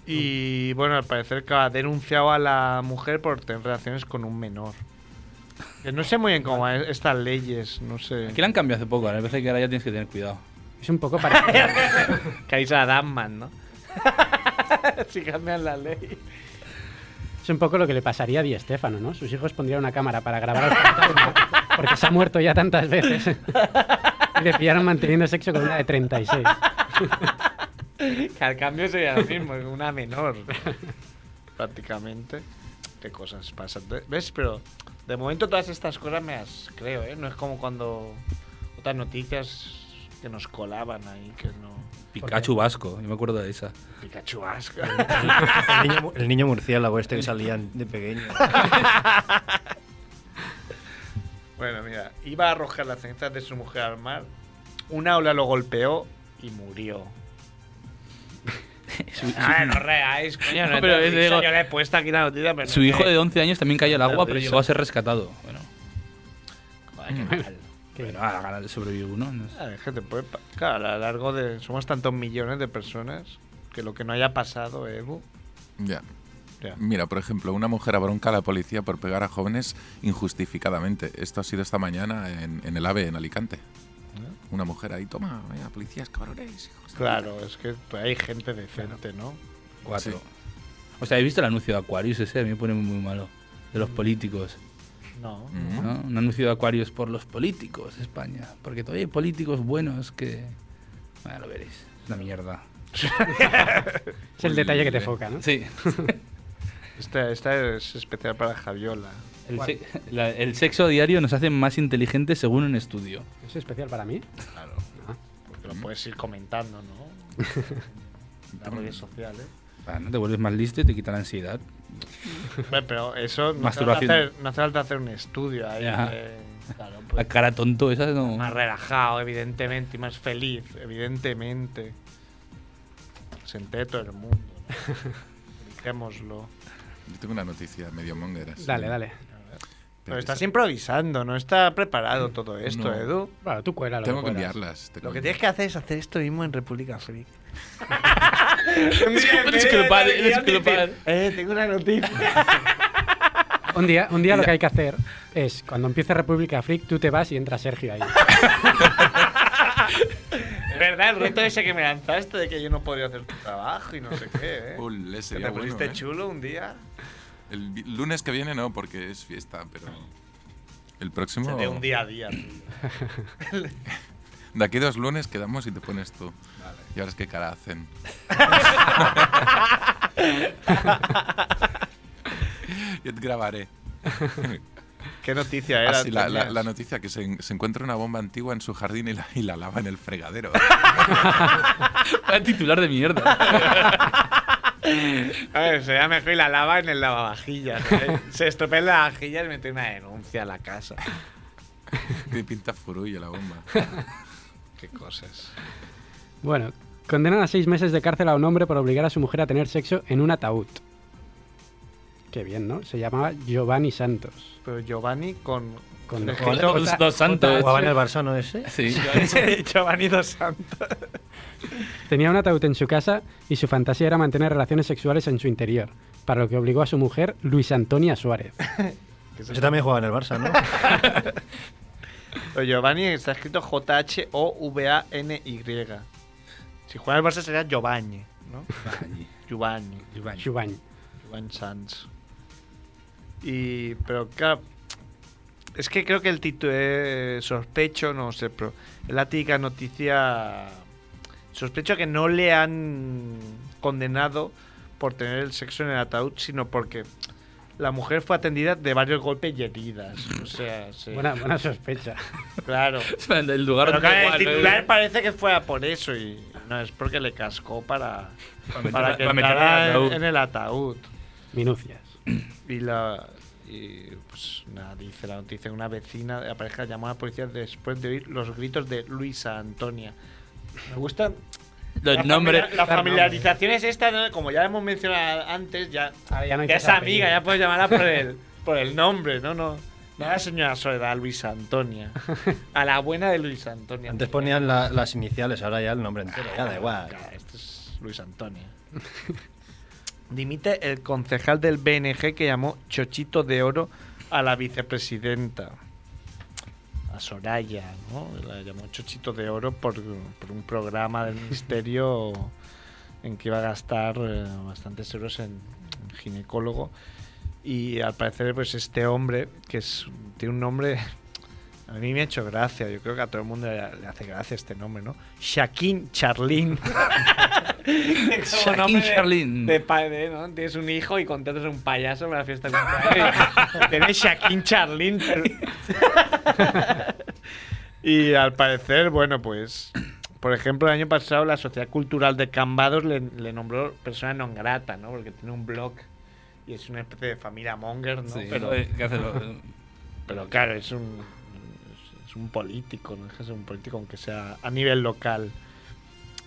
Y bueno, al parecer que ha denunciado a la mujer por tener relaciones con un menor. Que no sé muy bien cómo es- estas leyes, no sé. Aquí la han cambiado hace poco, ¿eh? a veces que ahora ya tienes que tener cuidado. Es un poco parecido. Que ahí se la dan más, ¿no? <laughs> si cambian la ley. Es un poco lo que le pasaría a Di Stefano, ¿no? Sus hijos pondrían una cámara para grabar al fantasma, porque se ha muerto ya tantas veces. Y le pillaron manteniendo sexo con una de 36. Que al cambio sería lo mismo, una menor. Prácticamente. Qué cosas pasan. Te- ¿Ves? Pero de momento todas estas cosas me las creo, ¿eh? No es como cuando otras noticias que nos colaban ahí, que no. Pikachu vasco, yo me acuerdo de esa. Pikachu asco. El niño, mu- el niño murciélago este que salían de pequeño. Bueno, mira, iba a arrojar las cenizas de su mujer al mar. Una ola lo golpeó <laughs> y murió. Ah, no reáis, coño. No, No, pero te he es- dicho, digo- yo le he puesto aquí la noticia, pero Su no hijo sé. de 11 años también cayó al agua, pero Eso. llegó a ser rescatado. Bueno, Ay, qué mal. <laughs> pero a la gana de sobrevivir uno. no sé. Ah, es que te puede pa- Claro, a lo largo de. Somos tantos millones de personas que lo que no haya pasado, Evo. Ya. Ya. Mira, por ejemplo, una mujer abronca a la policía por pegar a jóvenes injustificadamente. Esto ha sido esta mañana en, en el AVE, en Alicante. Una mujer ahí, toma, venga, policías, cabrones, hijos. de Claro, es que pues, hay gente decente, ¿no? Cuatro. Sí. O sea, ¿habéis visto el anuncio de Aquarius ese? A mí me pone muy malo. De los políticos. No. puta. Mm. ¿no? Un anuncio de Aquarius por los políticos de España. Porque todavía hay políticos buenos que. Bueno, lo veréis. Es una mierda. Es el detalle que eh. te foca, ¿no? <laughs> Sí. Esta, esta es especial para Javiola. El, se- la- el sexo diario nos hace más inteligentes según un estudio. Es especial para mí. Claro. Porque Mm. lo puedes ir <laughs> comentando, ¿no? En las redes sociales. Ah, ¿no? Te vuelves más listo y te quita la ansiedad. Hombre, Pero eso no hace, falta Masturbación. hacer, no hace falta hacer un estudio ahí. Ya. de- claro, La pues, cara tonto esa no. <laughs> más relajado, evidentemente, y más feliz, evidentemente. Se entere todo el mundo. ¿no? Dijémoslo. Yo tengo una noticia medio mongueras. Dale, dale. Pero estás improvisando, no está preparado todo esto, No. Edu. Bueno, tú cuela. Tengo que enviarlas. tengo Lo que que- tienes que hacer es hacer esto mismo en República Freak. disculpad, disculpad. Eh, tengo una noticia. Un día, un día lo que hay que hacer es, cuando empiece República Freak, tú te vas y entra Sergio ahí. <laughs> Es verdad, el reto ese que me lanzaste de que yo no podía hacer tu trabajo y no sé qué, ¿eh? Ole, Que sería te bueno, pusiste ¿eh? chulo un día. El vi- lunes que viene no, porque es fiesta, pero... El próximo... De un día a día. De aquí dos lunes quedamos y te pones tú. Y ahora es que cara <laughs> hacen. <laughs> Yo te grabaré. <laughs> ¿Qué noticia era? Ah, sí, la, la- tenías? la noticia que se, en- se encuentra una bomba antigua en su jardín y la, y la lava en el <laughs> fregadero. Vaya titular de mierda. A ver, sería mejor y la lava en el lavavajillas. <laughs> ¿eh? Se estropea la vajilla y mete una denuncia a la casa. Tiene pinta furullo la bomba. Qué cosas. Bueno, condenan a seis meses de cárcel a un hombre por obligar a su mujer a tener sexo en un ataúd. Qué bien, ¿no? Se llamaba Giovanni Santos. Pero Giovanni con... Con escrito- Joder, dos- dos santos. Jugaba en el Barça, ¿no ese? Sí. <laughs> Giovanni dos Santos. Tenía un ataúd en su casa y su fantasía era mantener relaciones sexuales en su interior, para lo que obligó a su mujer, Luis Antonia Suárez. Ese también jugaba en el Barça, ¿no? Pero Giovanni está escrito J-H-O-V-A-N-Y. Si juega en el Barça sería Giovanni, ¿no? Giovanni. Giovanni. Giovanni. Giovanni Sanz. Y, pero claro, es que creo que el título es sospecho, no sé, pero es la típica noticia. Sospecho que no le han condenado por tener el sexo en el ataúd, sino porque la mujer fue atendida de varios golpes y heridas. O sea, sí. Buena, buena sospecha. Claro. Espera, El lugar Pero da claro, igual, eh, el ¿no? titular parece que fuera por eso y no es porque le cascó para, Para meter- para que para meter en el entrara en- ataúd. en el ataúd. Minucias. Y la. Y pues nada, dice la noticia: una vecina de la pareja llamó a la policía después de oír los gritos de Luisa Antonia. Me gustan. Los la nombres. familia- La familiarización es esta, ¿no? como ya hemos mencionado antes, ya, Ahora ya no hay ya que es hacer amiga, apellido. ya puedes llamarla por el, por el nombre, ¿no? no Nada, señora Soledad Luisa Antonia. A la buena de Luisa Antonia. Antes ponían la- las iniciales, ahora ya el nombre entero. Ya da igual. Claro, Este es Luis Antonio. <laughs> Dimite el concejal del BNG que llamó Chochito de Oro a la vicepresidenta. A Soraya, ¿no? La llamó Chochito de Oro por, por un programa <laughs> del ministerio en que iba a gastar eh, bastantes euros en, en ginecólogo. Y al parecer, pues este hombre, que es, tiene un nombre. A mí me ha hecho gracia, yo creo que a todo el mundo le, le hace gracia este nombre, ¿no? Shaquín Charlín. Shaquín Como nombre Charlín. De, de padre, ¿no? Tienes un hijo y contratas a un payaso para la fiesta de cumpleaños. Tienes Shaquín Charlín. pero- <laughs> y al parecer, bueno, pues. Por ejemplo, el año pasado la Sociedad Cultural de Cambados le, le nombró persona non grata, ¿no? Porque tiene un blog y es una especie de familia monger, ¿no? Sí, pero, eh, ¿qué hace lo- pero claro, es un, es un político, no es que sea un político, aunque sea a nivel local.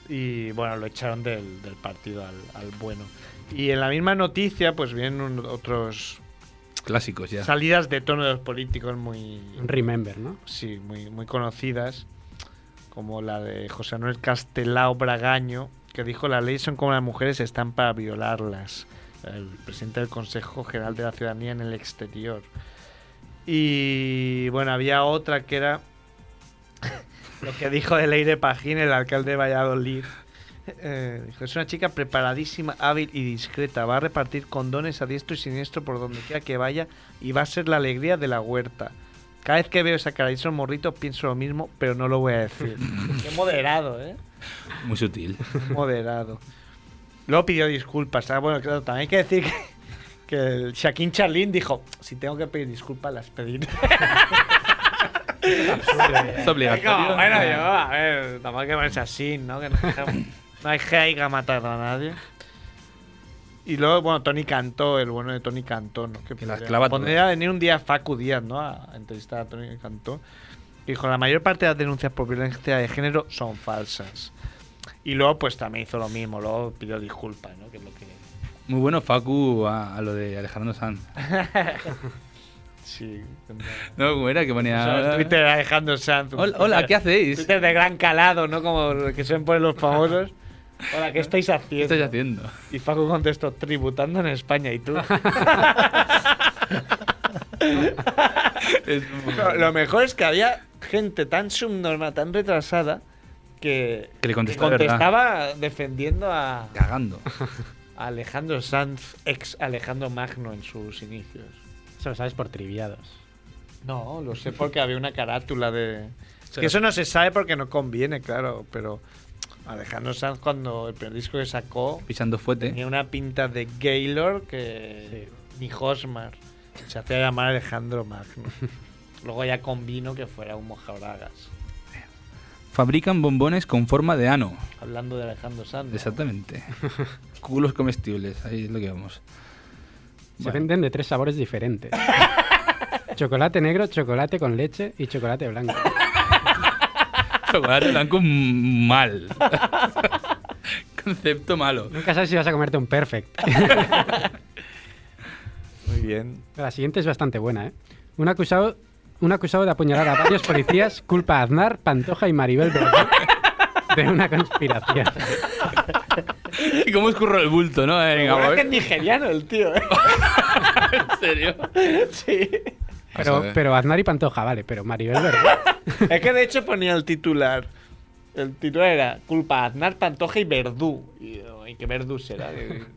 Y bueno, lo echaron del, del partido al, al bueno. Y en la misma noticia, pues vienen un- otros Clásicos ya. Mm. salidas de tono de los políticos muy, Remember, ¿no? sí, muy, muy conocidas, como la de José Manuel Castelao Bragaño, que dijo la ley son como las mujeres están para violarlas. El presidente del Consejo General de la Ciudadanía en el exterior. Y bueno, había otra que era <laughs> lo que dijo de Leire Pajín, el alcalde de Valladolid. Eh, dijo, es una chica preparadísima, hábil y discreta. Va a repartir condones a diestro y siniestro por donde quiera que vaya y va a ser la alegría de la huerta. Cada vez que veo esa cara y esos morritos pienso lo mismo, pero no lo voy a decir. <laughs> Qué moderado, ¿eh? Muy sutil. Moderado. Luego pidió disculpas. Ah, bueno, claro, también hay que decir que, que el Shaquín Charlín dijo, si tengo que pedir disculpas, las pediré. Es Es como, obligatorio. Eh, bueno, yo, a ver, tampoco hay que ponerse así, ¿no? Que no, no hay que ir a matar a nadie. Y luego, bueno, Tony Cantó, el bueno de Tony Cantó, ¿no? Que las clava todas. Podría venir un día Facu Díaz, ¿no? A entrevistar a Tony Cantó. Dijo, la mayor parte de las denuncias por violencia de género son falsas. Y luego, pues también hizo lo mismo, luego pidió disculpas, ¿no? Que es lo que... Muy bueno Facu a, a lo de Alejandro Sanz. Sí. No, ¿cómo era? Que Eso, ponía... "Ah, el Twitter de Alejandro Sanz. Hola, hola, ¿qué hacéis? ¿Qué Twitter de gran calado, ¿no? Como el que suelen poner <laughs> los famosos. Hola, ¿qué estáis haciendo? estáis <laughs> haciendo? Y Facu contestó, tributando en <laughs> España. ¿Y tú? Es muy Lo- bueno. Lo mejor es que había gente tan subnormal, tan retrasada, que, Que le contestó de verdad. contestaba defendiendo a, Cagando. a Alejandro Sanz, ex Alejandro Magno en sus inicios. Eso lo sabes por triviados. No, lo sé porque había una carátula de... Que eso no se sabe porque no conviene, claro, pero Alejandro Sanz cuando el primer disco que sacó Pisando fuete. Tenía una pinta de Gaylord que ni Hosmar. Se hacía llamar Alejandro Magno. <laughs> Luego ya combino que fuera un mojabragas. Fabrican bombones con forma de ano. Hablando de Alejandro Sanz. ¿no? Exactamente. Culos comestibles. Ahí es lo que vamos. Se Bueno. venden de tres sabores <laughs> diferentes. chocolate negro, chocolate con leche y chocolate blanco. Chocolate blanco mm, mal. <laughs> Concepto malo. Nunca sabes si vas a comerte un perfect. bien. <laughs> La siguiente es bastante buena, ¿eh? Un acusado, un acusado de apuñalar a varios policías culpa a Aznar, Pantoja y Maribel Verdú de una conspiración. ¿Y cómo escurro el bulto, no? Eh, Venga, Seguro voy. que es nigeriano el tío, <laughs> ¿eh? ¿En serio? Sí. Vas a Pero, ver. pero Aznar y Pantoja, vale, pero Maribel Verdú. Es que de hecho ponía el titular. El titular era culpa a Aznar, Pantoja y Verdú. Y, yo, "Ay, qué Verdú será? Digo, <laughs>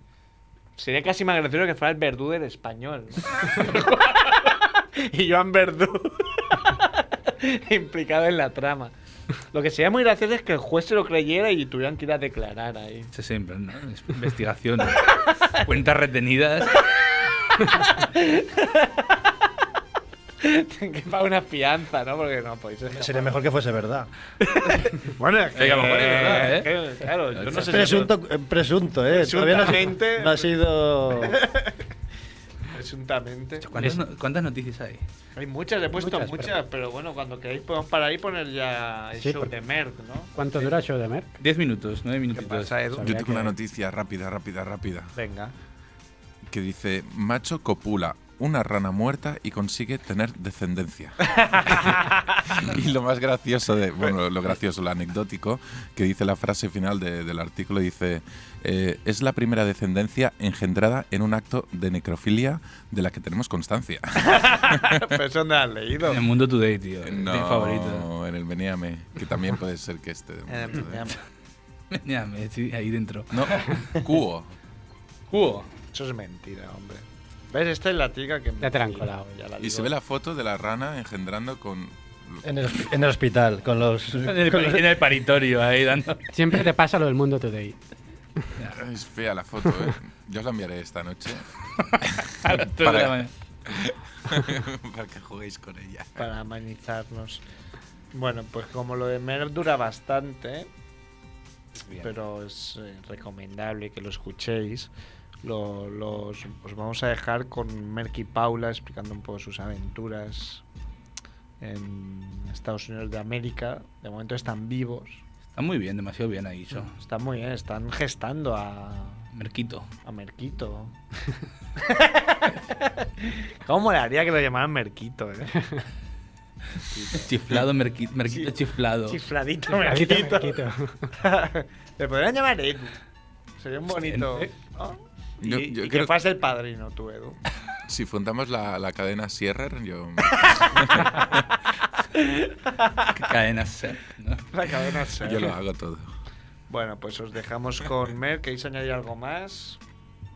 Sería casi más gracioso que fuera el Verdú del español. <laughs> y Joan Verdú <laughs> implicado en la trama. Lo que sería muy gracioso es que el juez se lo creyera y tuvieran que ir a declarar ahí. <laughs> Sí, sí, en plan, ¿no? Es investigación. Cuentas retenidas. Tienen que pagar una fianza, ¿no? Porque no podéis. Sería mejor que fuese verdad. Bueno, es que a lo mejor es verdad, ¿eh? es que, claro, yo no sé si- presunto, eh, presunto, eh. Todavía no ha Presuntamente. sido- no ha sido. Presuntamente. ¿Cuántas, no- cuántas noticias hay? Hay muchas, he puesto muchas, Muchas, pero... bueno, cuando queráis podemos parar y poner ya el Sí, show porque- de Merck, ¿no? ¿Cuánto dura el show de Merck? Diez minutos, nueve minutitos. pasa, Edu? Yo tengo una noticia rápida, rápida, rápida. Venga. Que dice: Macho copula una rana muerta y consigue tener <laughs> descendencia. y lo más gracioso de. Bueno, lo gracioso, lo anecdótico, que dice la frase final de- del artículo: dice. eh, es la primera descendencia engendrada en un acto de necrofilia de la que tenemos constancia. <laughs> pero eso no has leído. En el mundo today, tío. Eh, no, <laughs> Mi favorito. <laughs> en el Beníame, que también puede ser que este. Eh, Ya, me estoy ahí dentro. No, cubo. Cubo. Eso es mentira, hombre. ¿Ves? Esta es la tica que... Ya te la han colado. Ya la Y se digo. ve la foto de la rana engendrando con. En el, en el hospital, con los. En el, con los- en el paritorio, ahí dando. Siempre te pasa lo del mundo today. Es fea la foto, ¿eh? Yo os la enviaré esta noche a las tres de la mañana. <laughs> para que juguéis con ella. Para amenizarnos. Bueno, pues como lo de Merck dura bastante, pero es eh, recomendable que lo escuchéis. Lo- los, os vamos a dejar con Merck y Paula explicando un poco sus aventuras en Estados Unidos de América. De momento están vivos. Está muy bien, demasiado bien ahí, yo. Están muy bien, están gestando a, Merquito. a Merquito. ¿Cómo molaría que lo llamaran Merquito? eh? Chiflado, merqui- merquito Sí. chiflado. Chifladito, Merquito, Merquito. merquito. <laughs> Le podrían llamar Edu. Sería un bonito. ¿no? Y, Yo- yo y que creo- fueras el padrino tú, Edu. <laughs> Si fundamos la, la cadena Sierrer, yo. Qué cadena ser, ¿no? La cadena Ser. Yo lo hago todo. Bueno, pues os dejamos con Mer. ¿Queréis añadir algo más?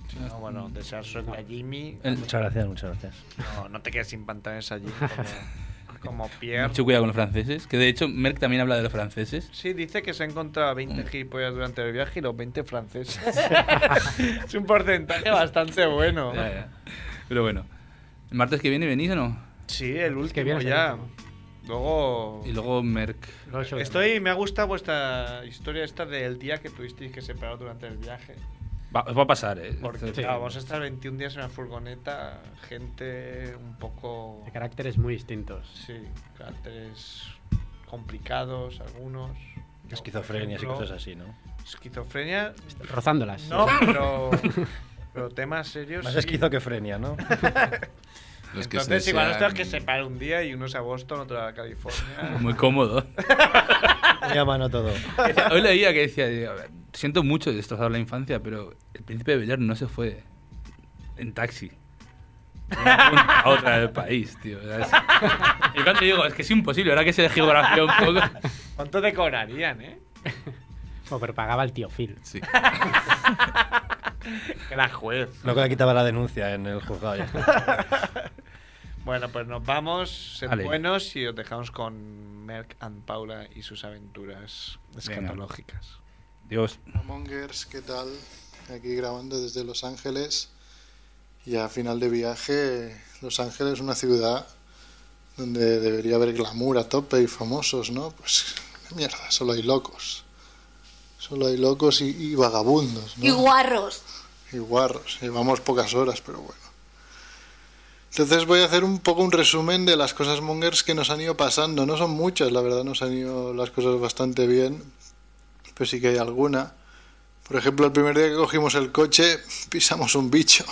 Si no, bueno, desear suerte a Jimmy. El- Muchas gracias, muchas gracias. No, no te quedes sin pantalones allí como, como Pierre. Mucho cuidado con los franceses. Que de hecho, Merck también habla de los franceses. Sí, dice que se ha encontrado a 20 gilipollas durante el viaje y los 20 franceses. es un porcentaje bastante bueno. Ya, ya. Pero bueno. ¿El martes que viene venís o no? Sí, el último que viene es el ya. último. Luego. Y luego Merck. Luego el show de Estoy, me ha gustado vuestra historia esta del día que tuvisteis que separar durante el viaje. Va, os va a pasar, ¿eh? Porque Sí. claro, vamos a estar 21 días en la furgoneta, gente un poco... Merck. De caracteres muy distintos. Sí, caracteres complicados, algunos. Yo, Esquizofrenias y por cosas ejemplo, así, ¿no? Esquizofrenia, Rozándolas. no, pero, pero temas serios... Más sí. esquizofrenia, ¿no? Los que se Entonces, igual nos tenemos que desean- separar un día y uno es a Boston, otro a California. Muy cómodo. Me a mano todo. Hoy leía que decía, digo, a ver, siento mucho de destrozar la infancia, pero el príncipe de Bellar no se fue en taxi. De una punta A otra del país, tío. ¿sabes? <laughs> Y cuando digo, es que es imposible, ahora que se de geografía un poco. ¿Cuánto decorarían, eh? O pero pagaba el tío Phil. Sí. Que la juez. Luego le quitaba la denuncia en el juzgado. ya está. Bueno, pues nos vamos, sed Ale. buenos y os dejamos con Merck and Paula y sus aventuras Venga. escatológicas. Dios. Mongers, ¿qué tal? Aquí grabando desde Los Ángeles. Y a final de viaje, Los Ángeles es una ciudad donde debería haber glamour a tope y famosos, ¿no? Pues qué mierda, solo hay locos. Solo hay locos y, y vagabundos, ¿no? Y guarros. y guarros. Llevamos pocas horas, pero bueno. Entonces voy a hacer un poco un resumen de las cosas mongers que nos han ido pasando. No son muchas, la verdad, nos han ido las cosas bastante bien, pero sí que hay alguna. Por ejemplo, el primer día que cogimos el coche, pisamos un bicho.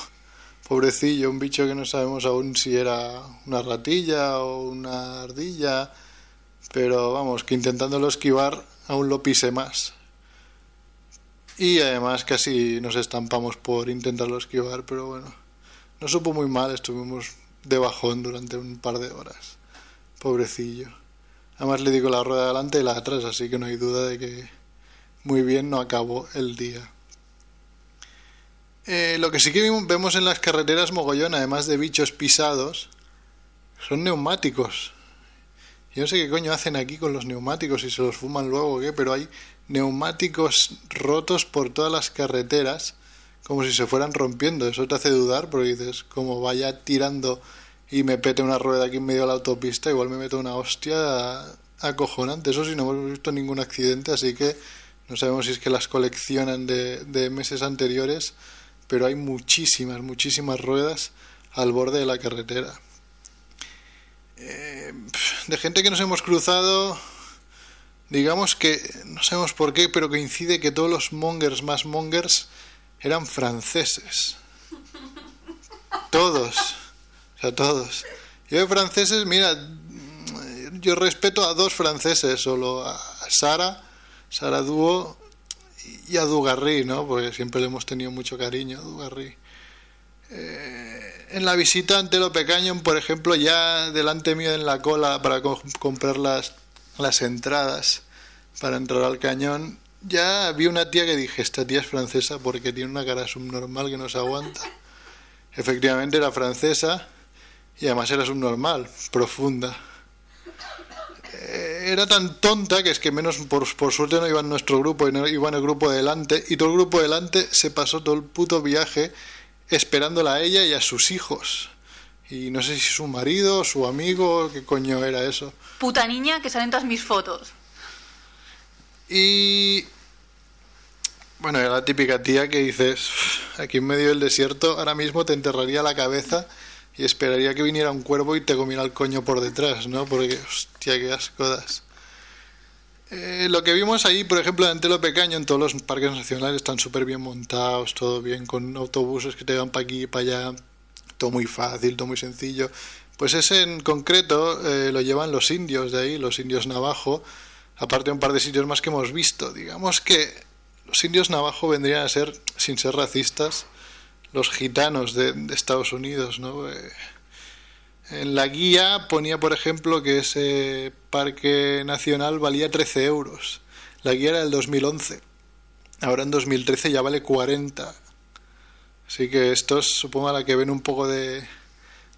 pobrecillo, un bicho que no sabemos aún si era una ratilla o una ardilla, pero vamos, que intentándolo esquivar aún lo pisé más. Y además casi nos estampamos por intentarlo esquivar, pero bueno, no supo muy mal, estuvimos de bajón durante un par de horas. Pobrecillo. Además le digo la rueda de adelante y la de atrás, así que no hay duda de que muy bien no acabó el día. Eh, lo que sí que vim- vemos en las carreteras mogollón, además de bichos pisados, son neumáticos. Yo no sé qué coño hacen aquí con los neumáticos, si se los fuman luego o qué, pero hay neumáticos rotos por todas las carreteras, como si se fueran rompiendo. Eso te hace dudar, porque dices, como vaya tirando y me pete una rueda aquí en medio de la autopista, igual me meto una hostia acojonante. Eso sí, no hemos visto ningún accidente, así que no sabemos si es que las coleccionan de, de meses anteriores, pero hay muchísimas, muchísimas ruedas al borde de la carretera. Eh, pf, de gente que nos hemos cruzado, digamos que no sabemos por qué, pero coincide que todos los mongers más mongers eran franceses. Todos. O sea, todos. Yo de franceses, mira, mm, yo respeto a dos franceses solo, a Sara, Sara Dúo y a Dugarry, ¿no? Porque siempre le hemos tenido mucho cariño a Dugarry. Eh, en la visita ante Lope Cañón, por ejemplo, ya delante mío en la cola para co- comprar las, las entradas para entrar al cañón, ya vi una tía que dije, esta tía es francesa porque tiene una cara subnormal que no se aguanta. Efectivamente era francesa y además era subnormal, profunda. Eh, Era tan tonta que es que menos por, por suerte no iba en nuestro grupo y no iba en el grupo de delante y todo el grupo de delante se pasó todo el puto viaje esperándola a ella y a sus hijos. Y no sé si su marido, su amigo, qué coño era eso. Puta niña que salen todas mis fotos. Y bueno, era la típica tía que dices, "Uf, aquí en medio del desierto, ahora mismo te enterraría la cabeza y esperaría que viniera un cuervo y te comiera el coño por detrás, ¿no? Porque, hostia, qué asco das. Eh, lo que vimos ahí, por ejemplo, en Antelope Caño, en todos los parques nacionales están súper bien montados, todo bien, con autobuses que te van para aquí y para allá, todo muy fácil, todo muy sencillo. Pues ese en concreto eh, lo llevan los indios de ahí, los indios navajo, aparte de un par de sitios más que hemos visto. Digamos que los indios navajo vendrían a ser, sin ser racistas, los gitanos de, de Estados Unidos, ¿no? Eh, en la guía ponía, por ejemplo, que ese parque nacional valía 13 euros. La guía era del 2011. Ahora en 2013 ya vale 40. Así que estos, supongo, a la que ven un poco de,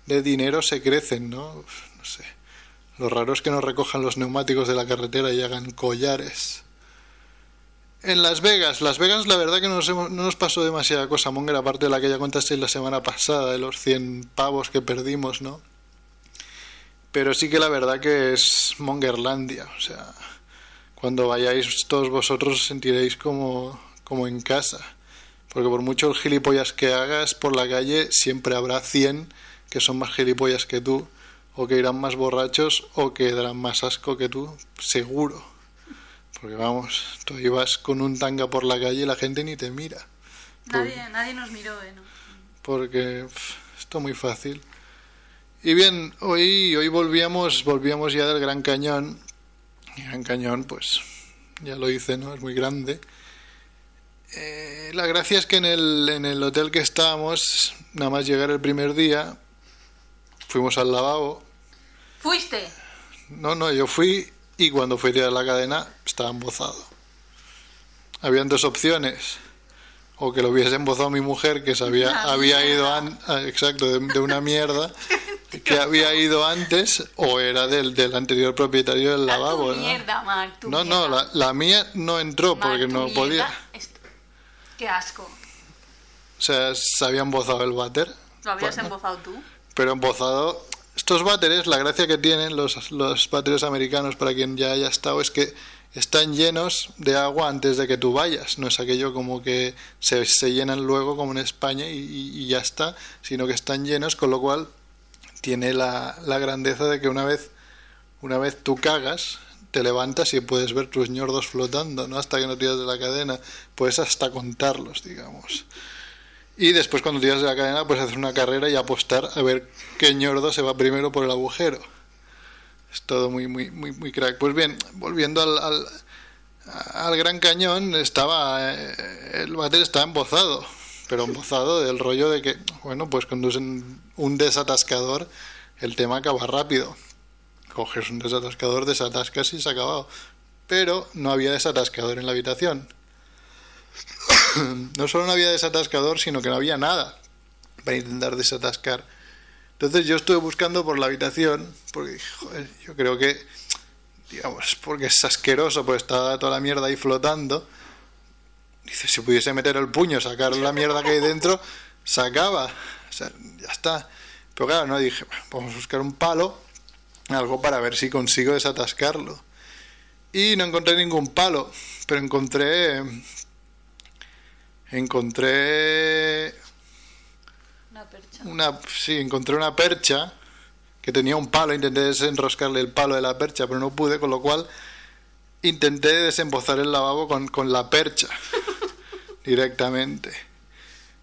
de dinero se crecen, ¿no? Uf, No sé. Lo raro es que no recojan los neumáticos de la carretera y hagan collares. En Las Vegas, Las Vegas la verdad que no nos, hemos- no nos pasó demasiada cosa, Monger, aparte de la que ya contasteis la semana pasada, de los 100 pavos que perdimos, ¿no? Pero sí que la verdad que es Mongerlandia, o sea, cuando vayáis todos vosotros os sentiréis como, como en casa, porque por mucho el gilipollas que hagas por la calle, siempre habrá 100 que son más gilipollas que tú o que irán más borrachos o que darán más asco que tú, seguro. Porque vamos, tú ibas con un tanga por la calle y la gente ni te mira. Nadie, nadie nos miró, ¿eh? No. Porque pf, esto es muy fácil. Y bien, hoy, hoy volvíamos, volvíamos ya del Gran Cañón. El Gran Cañón, pues, ya lo hice, ¿no? Es muy grande. Eh, la gracia es que en el, en el hotel que estábamos, nada más llegar el primer día, fuimos al lavabo Fuiste. No, no, yo fui y cuando fui a tirar la cadena estaba embozado. Habían dos opciones. O que lo hubiese embozado mi mujer, que sabía, Una había mierda. ido an- ah, exacto, de, de una mierda, que había ido antes, o era del, del anterior propietario del lavabo. ¿no? Mierda, Mark. tú No, no, la, la mía no entró porque no mierda. podía. Esto- Qué asco. O sea, se había embozado el váter. ¿Lo habías Bueno. embozado tú? Pero embozado. Estos váteres, la gracia que tienen los, los váteres americanos, para quien ya haya estado, es que están llenos de agua antes de que tú vayas. No es aquello como que se, se llenan luego, como en España, y, y- y ya está, sino que están llenos, con lo cual tiene la, la grandeza de que una vez, una vez tú cagas, te levantas y puedes ver tus ñordos flotando, ¿no? Hasta que no tiras de la cadena. Puedes hasta contarlos, digamos. Y después cuando tiras de la cadena, pues hacer una carrera y apostar a ver qué ñordo se va primero por el agujero. Es todo muy, muy, muy, muy crack. Pues bien, volviendo al, al, al Gran Cañón, estaba eh, el bater estaba embozado, pero embozado del rollo de que, bueno, pues conducen un desatascador, el tema acaba rápido. Coges un desatascador, desatascas y se ha acabado. Pero no había desatascador en la habitación no solo no había desatascador, sino que no había nada para intentar desatascar. Entonces yo estuve buscando por la habitación, porque joder, yo creo que, digamos, porque es asqueroso, pues está toda la mierda ahí flotando. Dice, si pudiese meter el puño, sacar la mierda que hay dentro, sacaba. O sea, ya está. Pero claro, no dije, bueno, vamos a buscar un palo, algo para ver si consigo desatascarlo. Y no encontré ningún palo, pero encontré eh, encontré Una percha. una sí encontré una percha que tenía un palo intenté desenroscarle el palo de la percha pero no pude con lo cual intenté desembozar el lavabo con, con la <laughs> percha directamente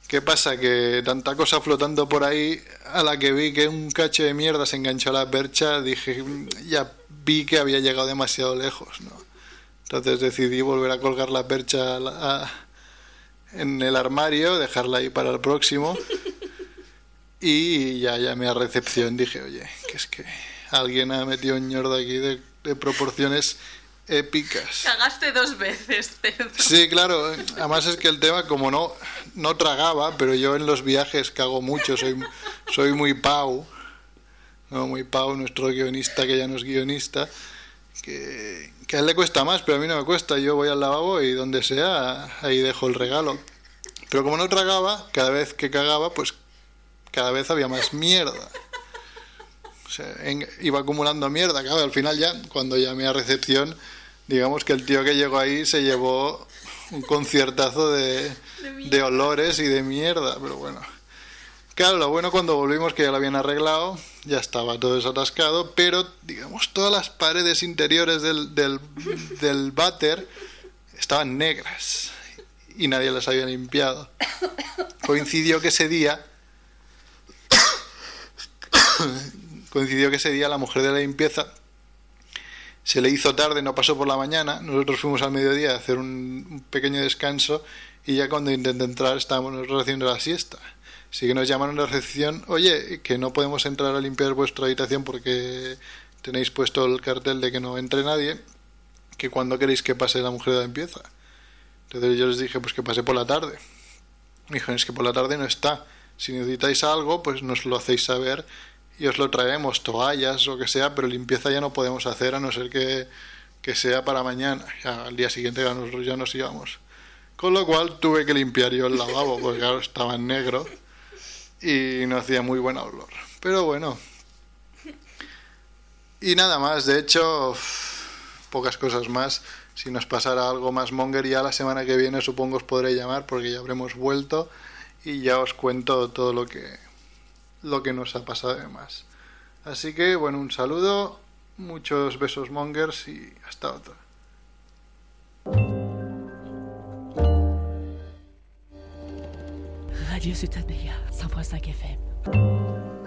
¿Qué pasa? Que tanta cosa flotando por ahí, a la que vi que un cacho de mierda se enganchó a la percha, dije, "Mm, ya vi que había llegado demasiado lejos, ¿no? Entonces decidí volver a colgar la percha a la- a- en el armario, dejarla ahí para el próximo. Y ya llamé a recepción, dije, oye, que es que alguien ha metido un ñordo aquí de, de proporciones épicas. Cagaste dos veces, cerdo. Sí, claro, además es que el tema, como no, no tragaba, pero yo en los viajes cago mucho, soy, soy muy pau, ¿no? muy pau, nuestro guionista que ya no es guionista, que, que a él le cuesta más, pero a mí no me cuesta, yo voy al lavabo y donde sea, ahí dejo el regalo. Pero como no tragaba, cada vez que cagaba, pues cada vez había más mierda. O sea, en- iba acumulando mierda, claro, al final ya, cuando llamé a recepción, digamos que el tío que llegó ahí se llevó un conciertazo de, de olores y de mierda, pero bueno. Claro, lo bueno cuando volvimos que ya lo habían arreglado, ya estaba todo desatascado, pero digamos todas las paredes interiores del, del, del váter estaban negras y nadie las había limpiado. Coincidió que ese día coincidió que ese día la mujer de la limpieza se le hizo tarde, no pasó por la mañana. Nosotros fuimos al mediodía a hacer un, un pequeño descanso y ya cuando intenté entrar estábamos nosotros haciendo la siesta. Así que nos llamaron a la recepción, oye, que no podemos entrar a limpiar vuestra habitación porque tenéis puesto el cartel de que no entre nadie, que cuando queréis que pase la mujer de la limpieza. Entonces yo les dije, pues que pase por la tarde. Me dijeron, es que por la tarde no está. Si necesitáis algo, pues nos lo hacéis saber y os lo traemos, toallas o que sea, pero limpieza ya no podemos hacer a no ser que, que sea para mañana. Ya, al día siguiente ya nosotros ya nos íbamos. Con lo cual tuve que limpiar yo el lavabo, porque claro, estaba en negro y no hacía muy buen olor. Pero bueno. Y nada más, de hecho, pocas cosas más. Si nos pasara algo más monger, ya la semana que viene supongo os podré llamar porque ya habremos vuelto y ya os cuento todo lo que lo que nos ha pasado de más. Así que bueno, un saludo, muchos besos mongers y hasta otra. Radio Sud-Adria, 100.5 FM.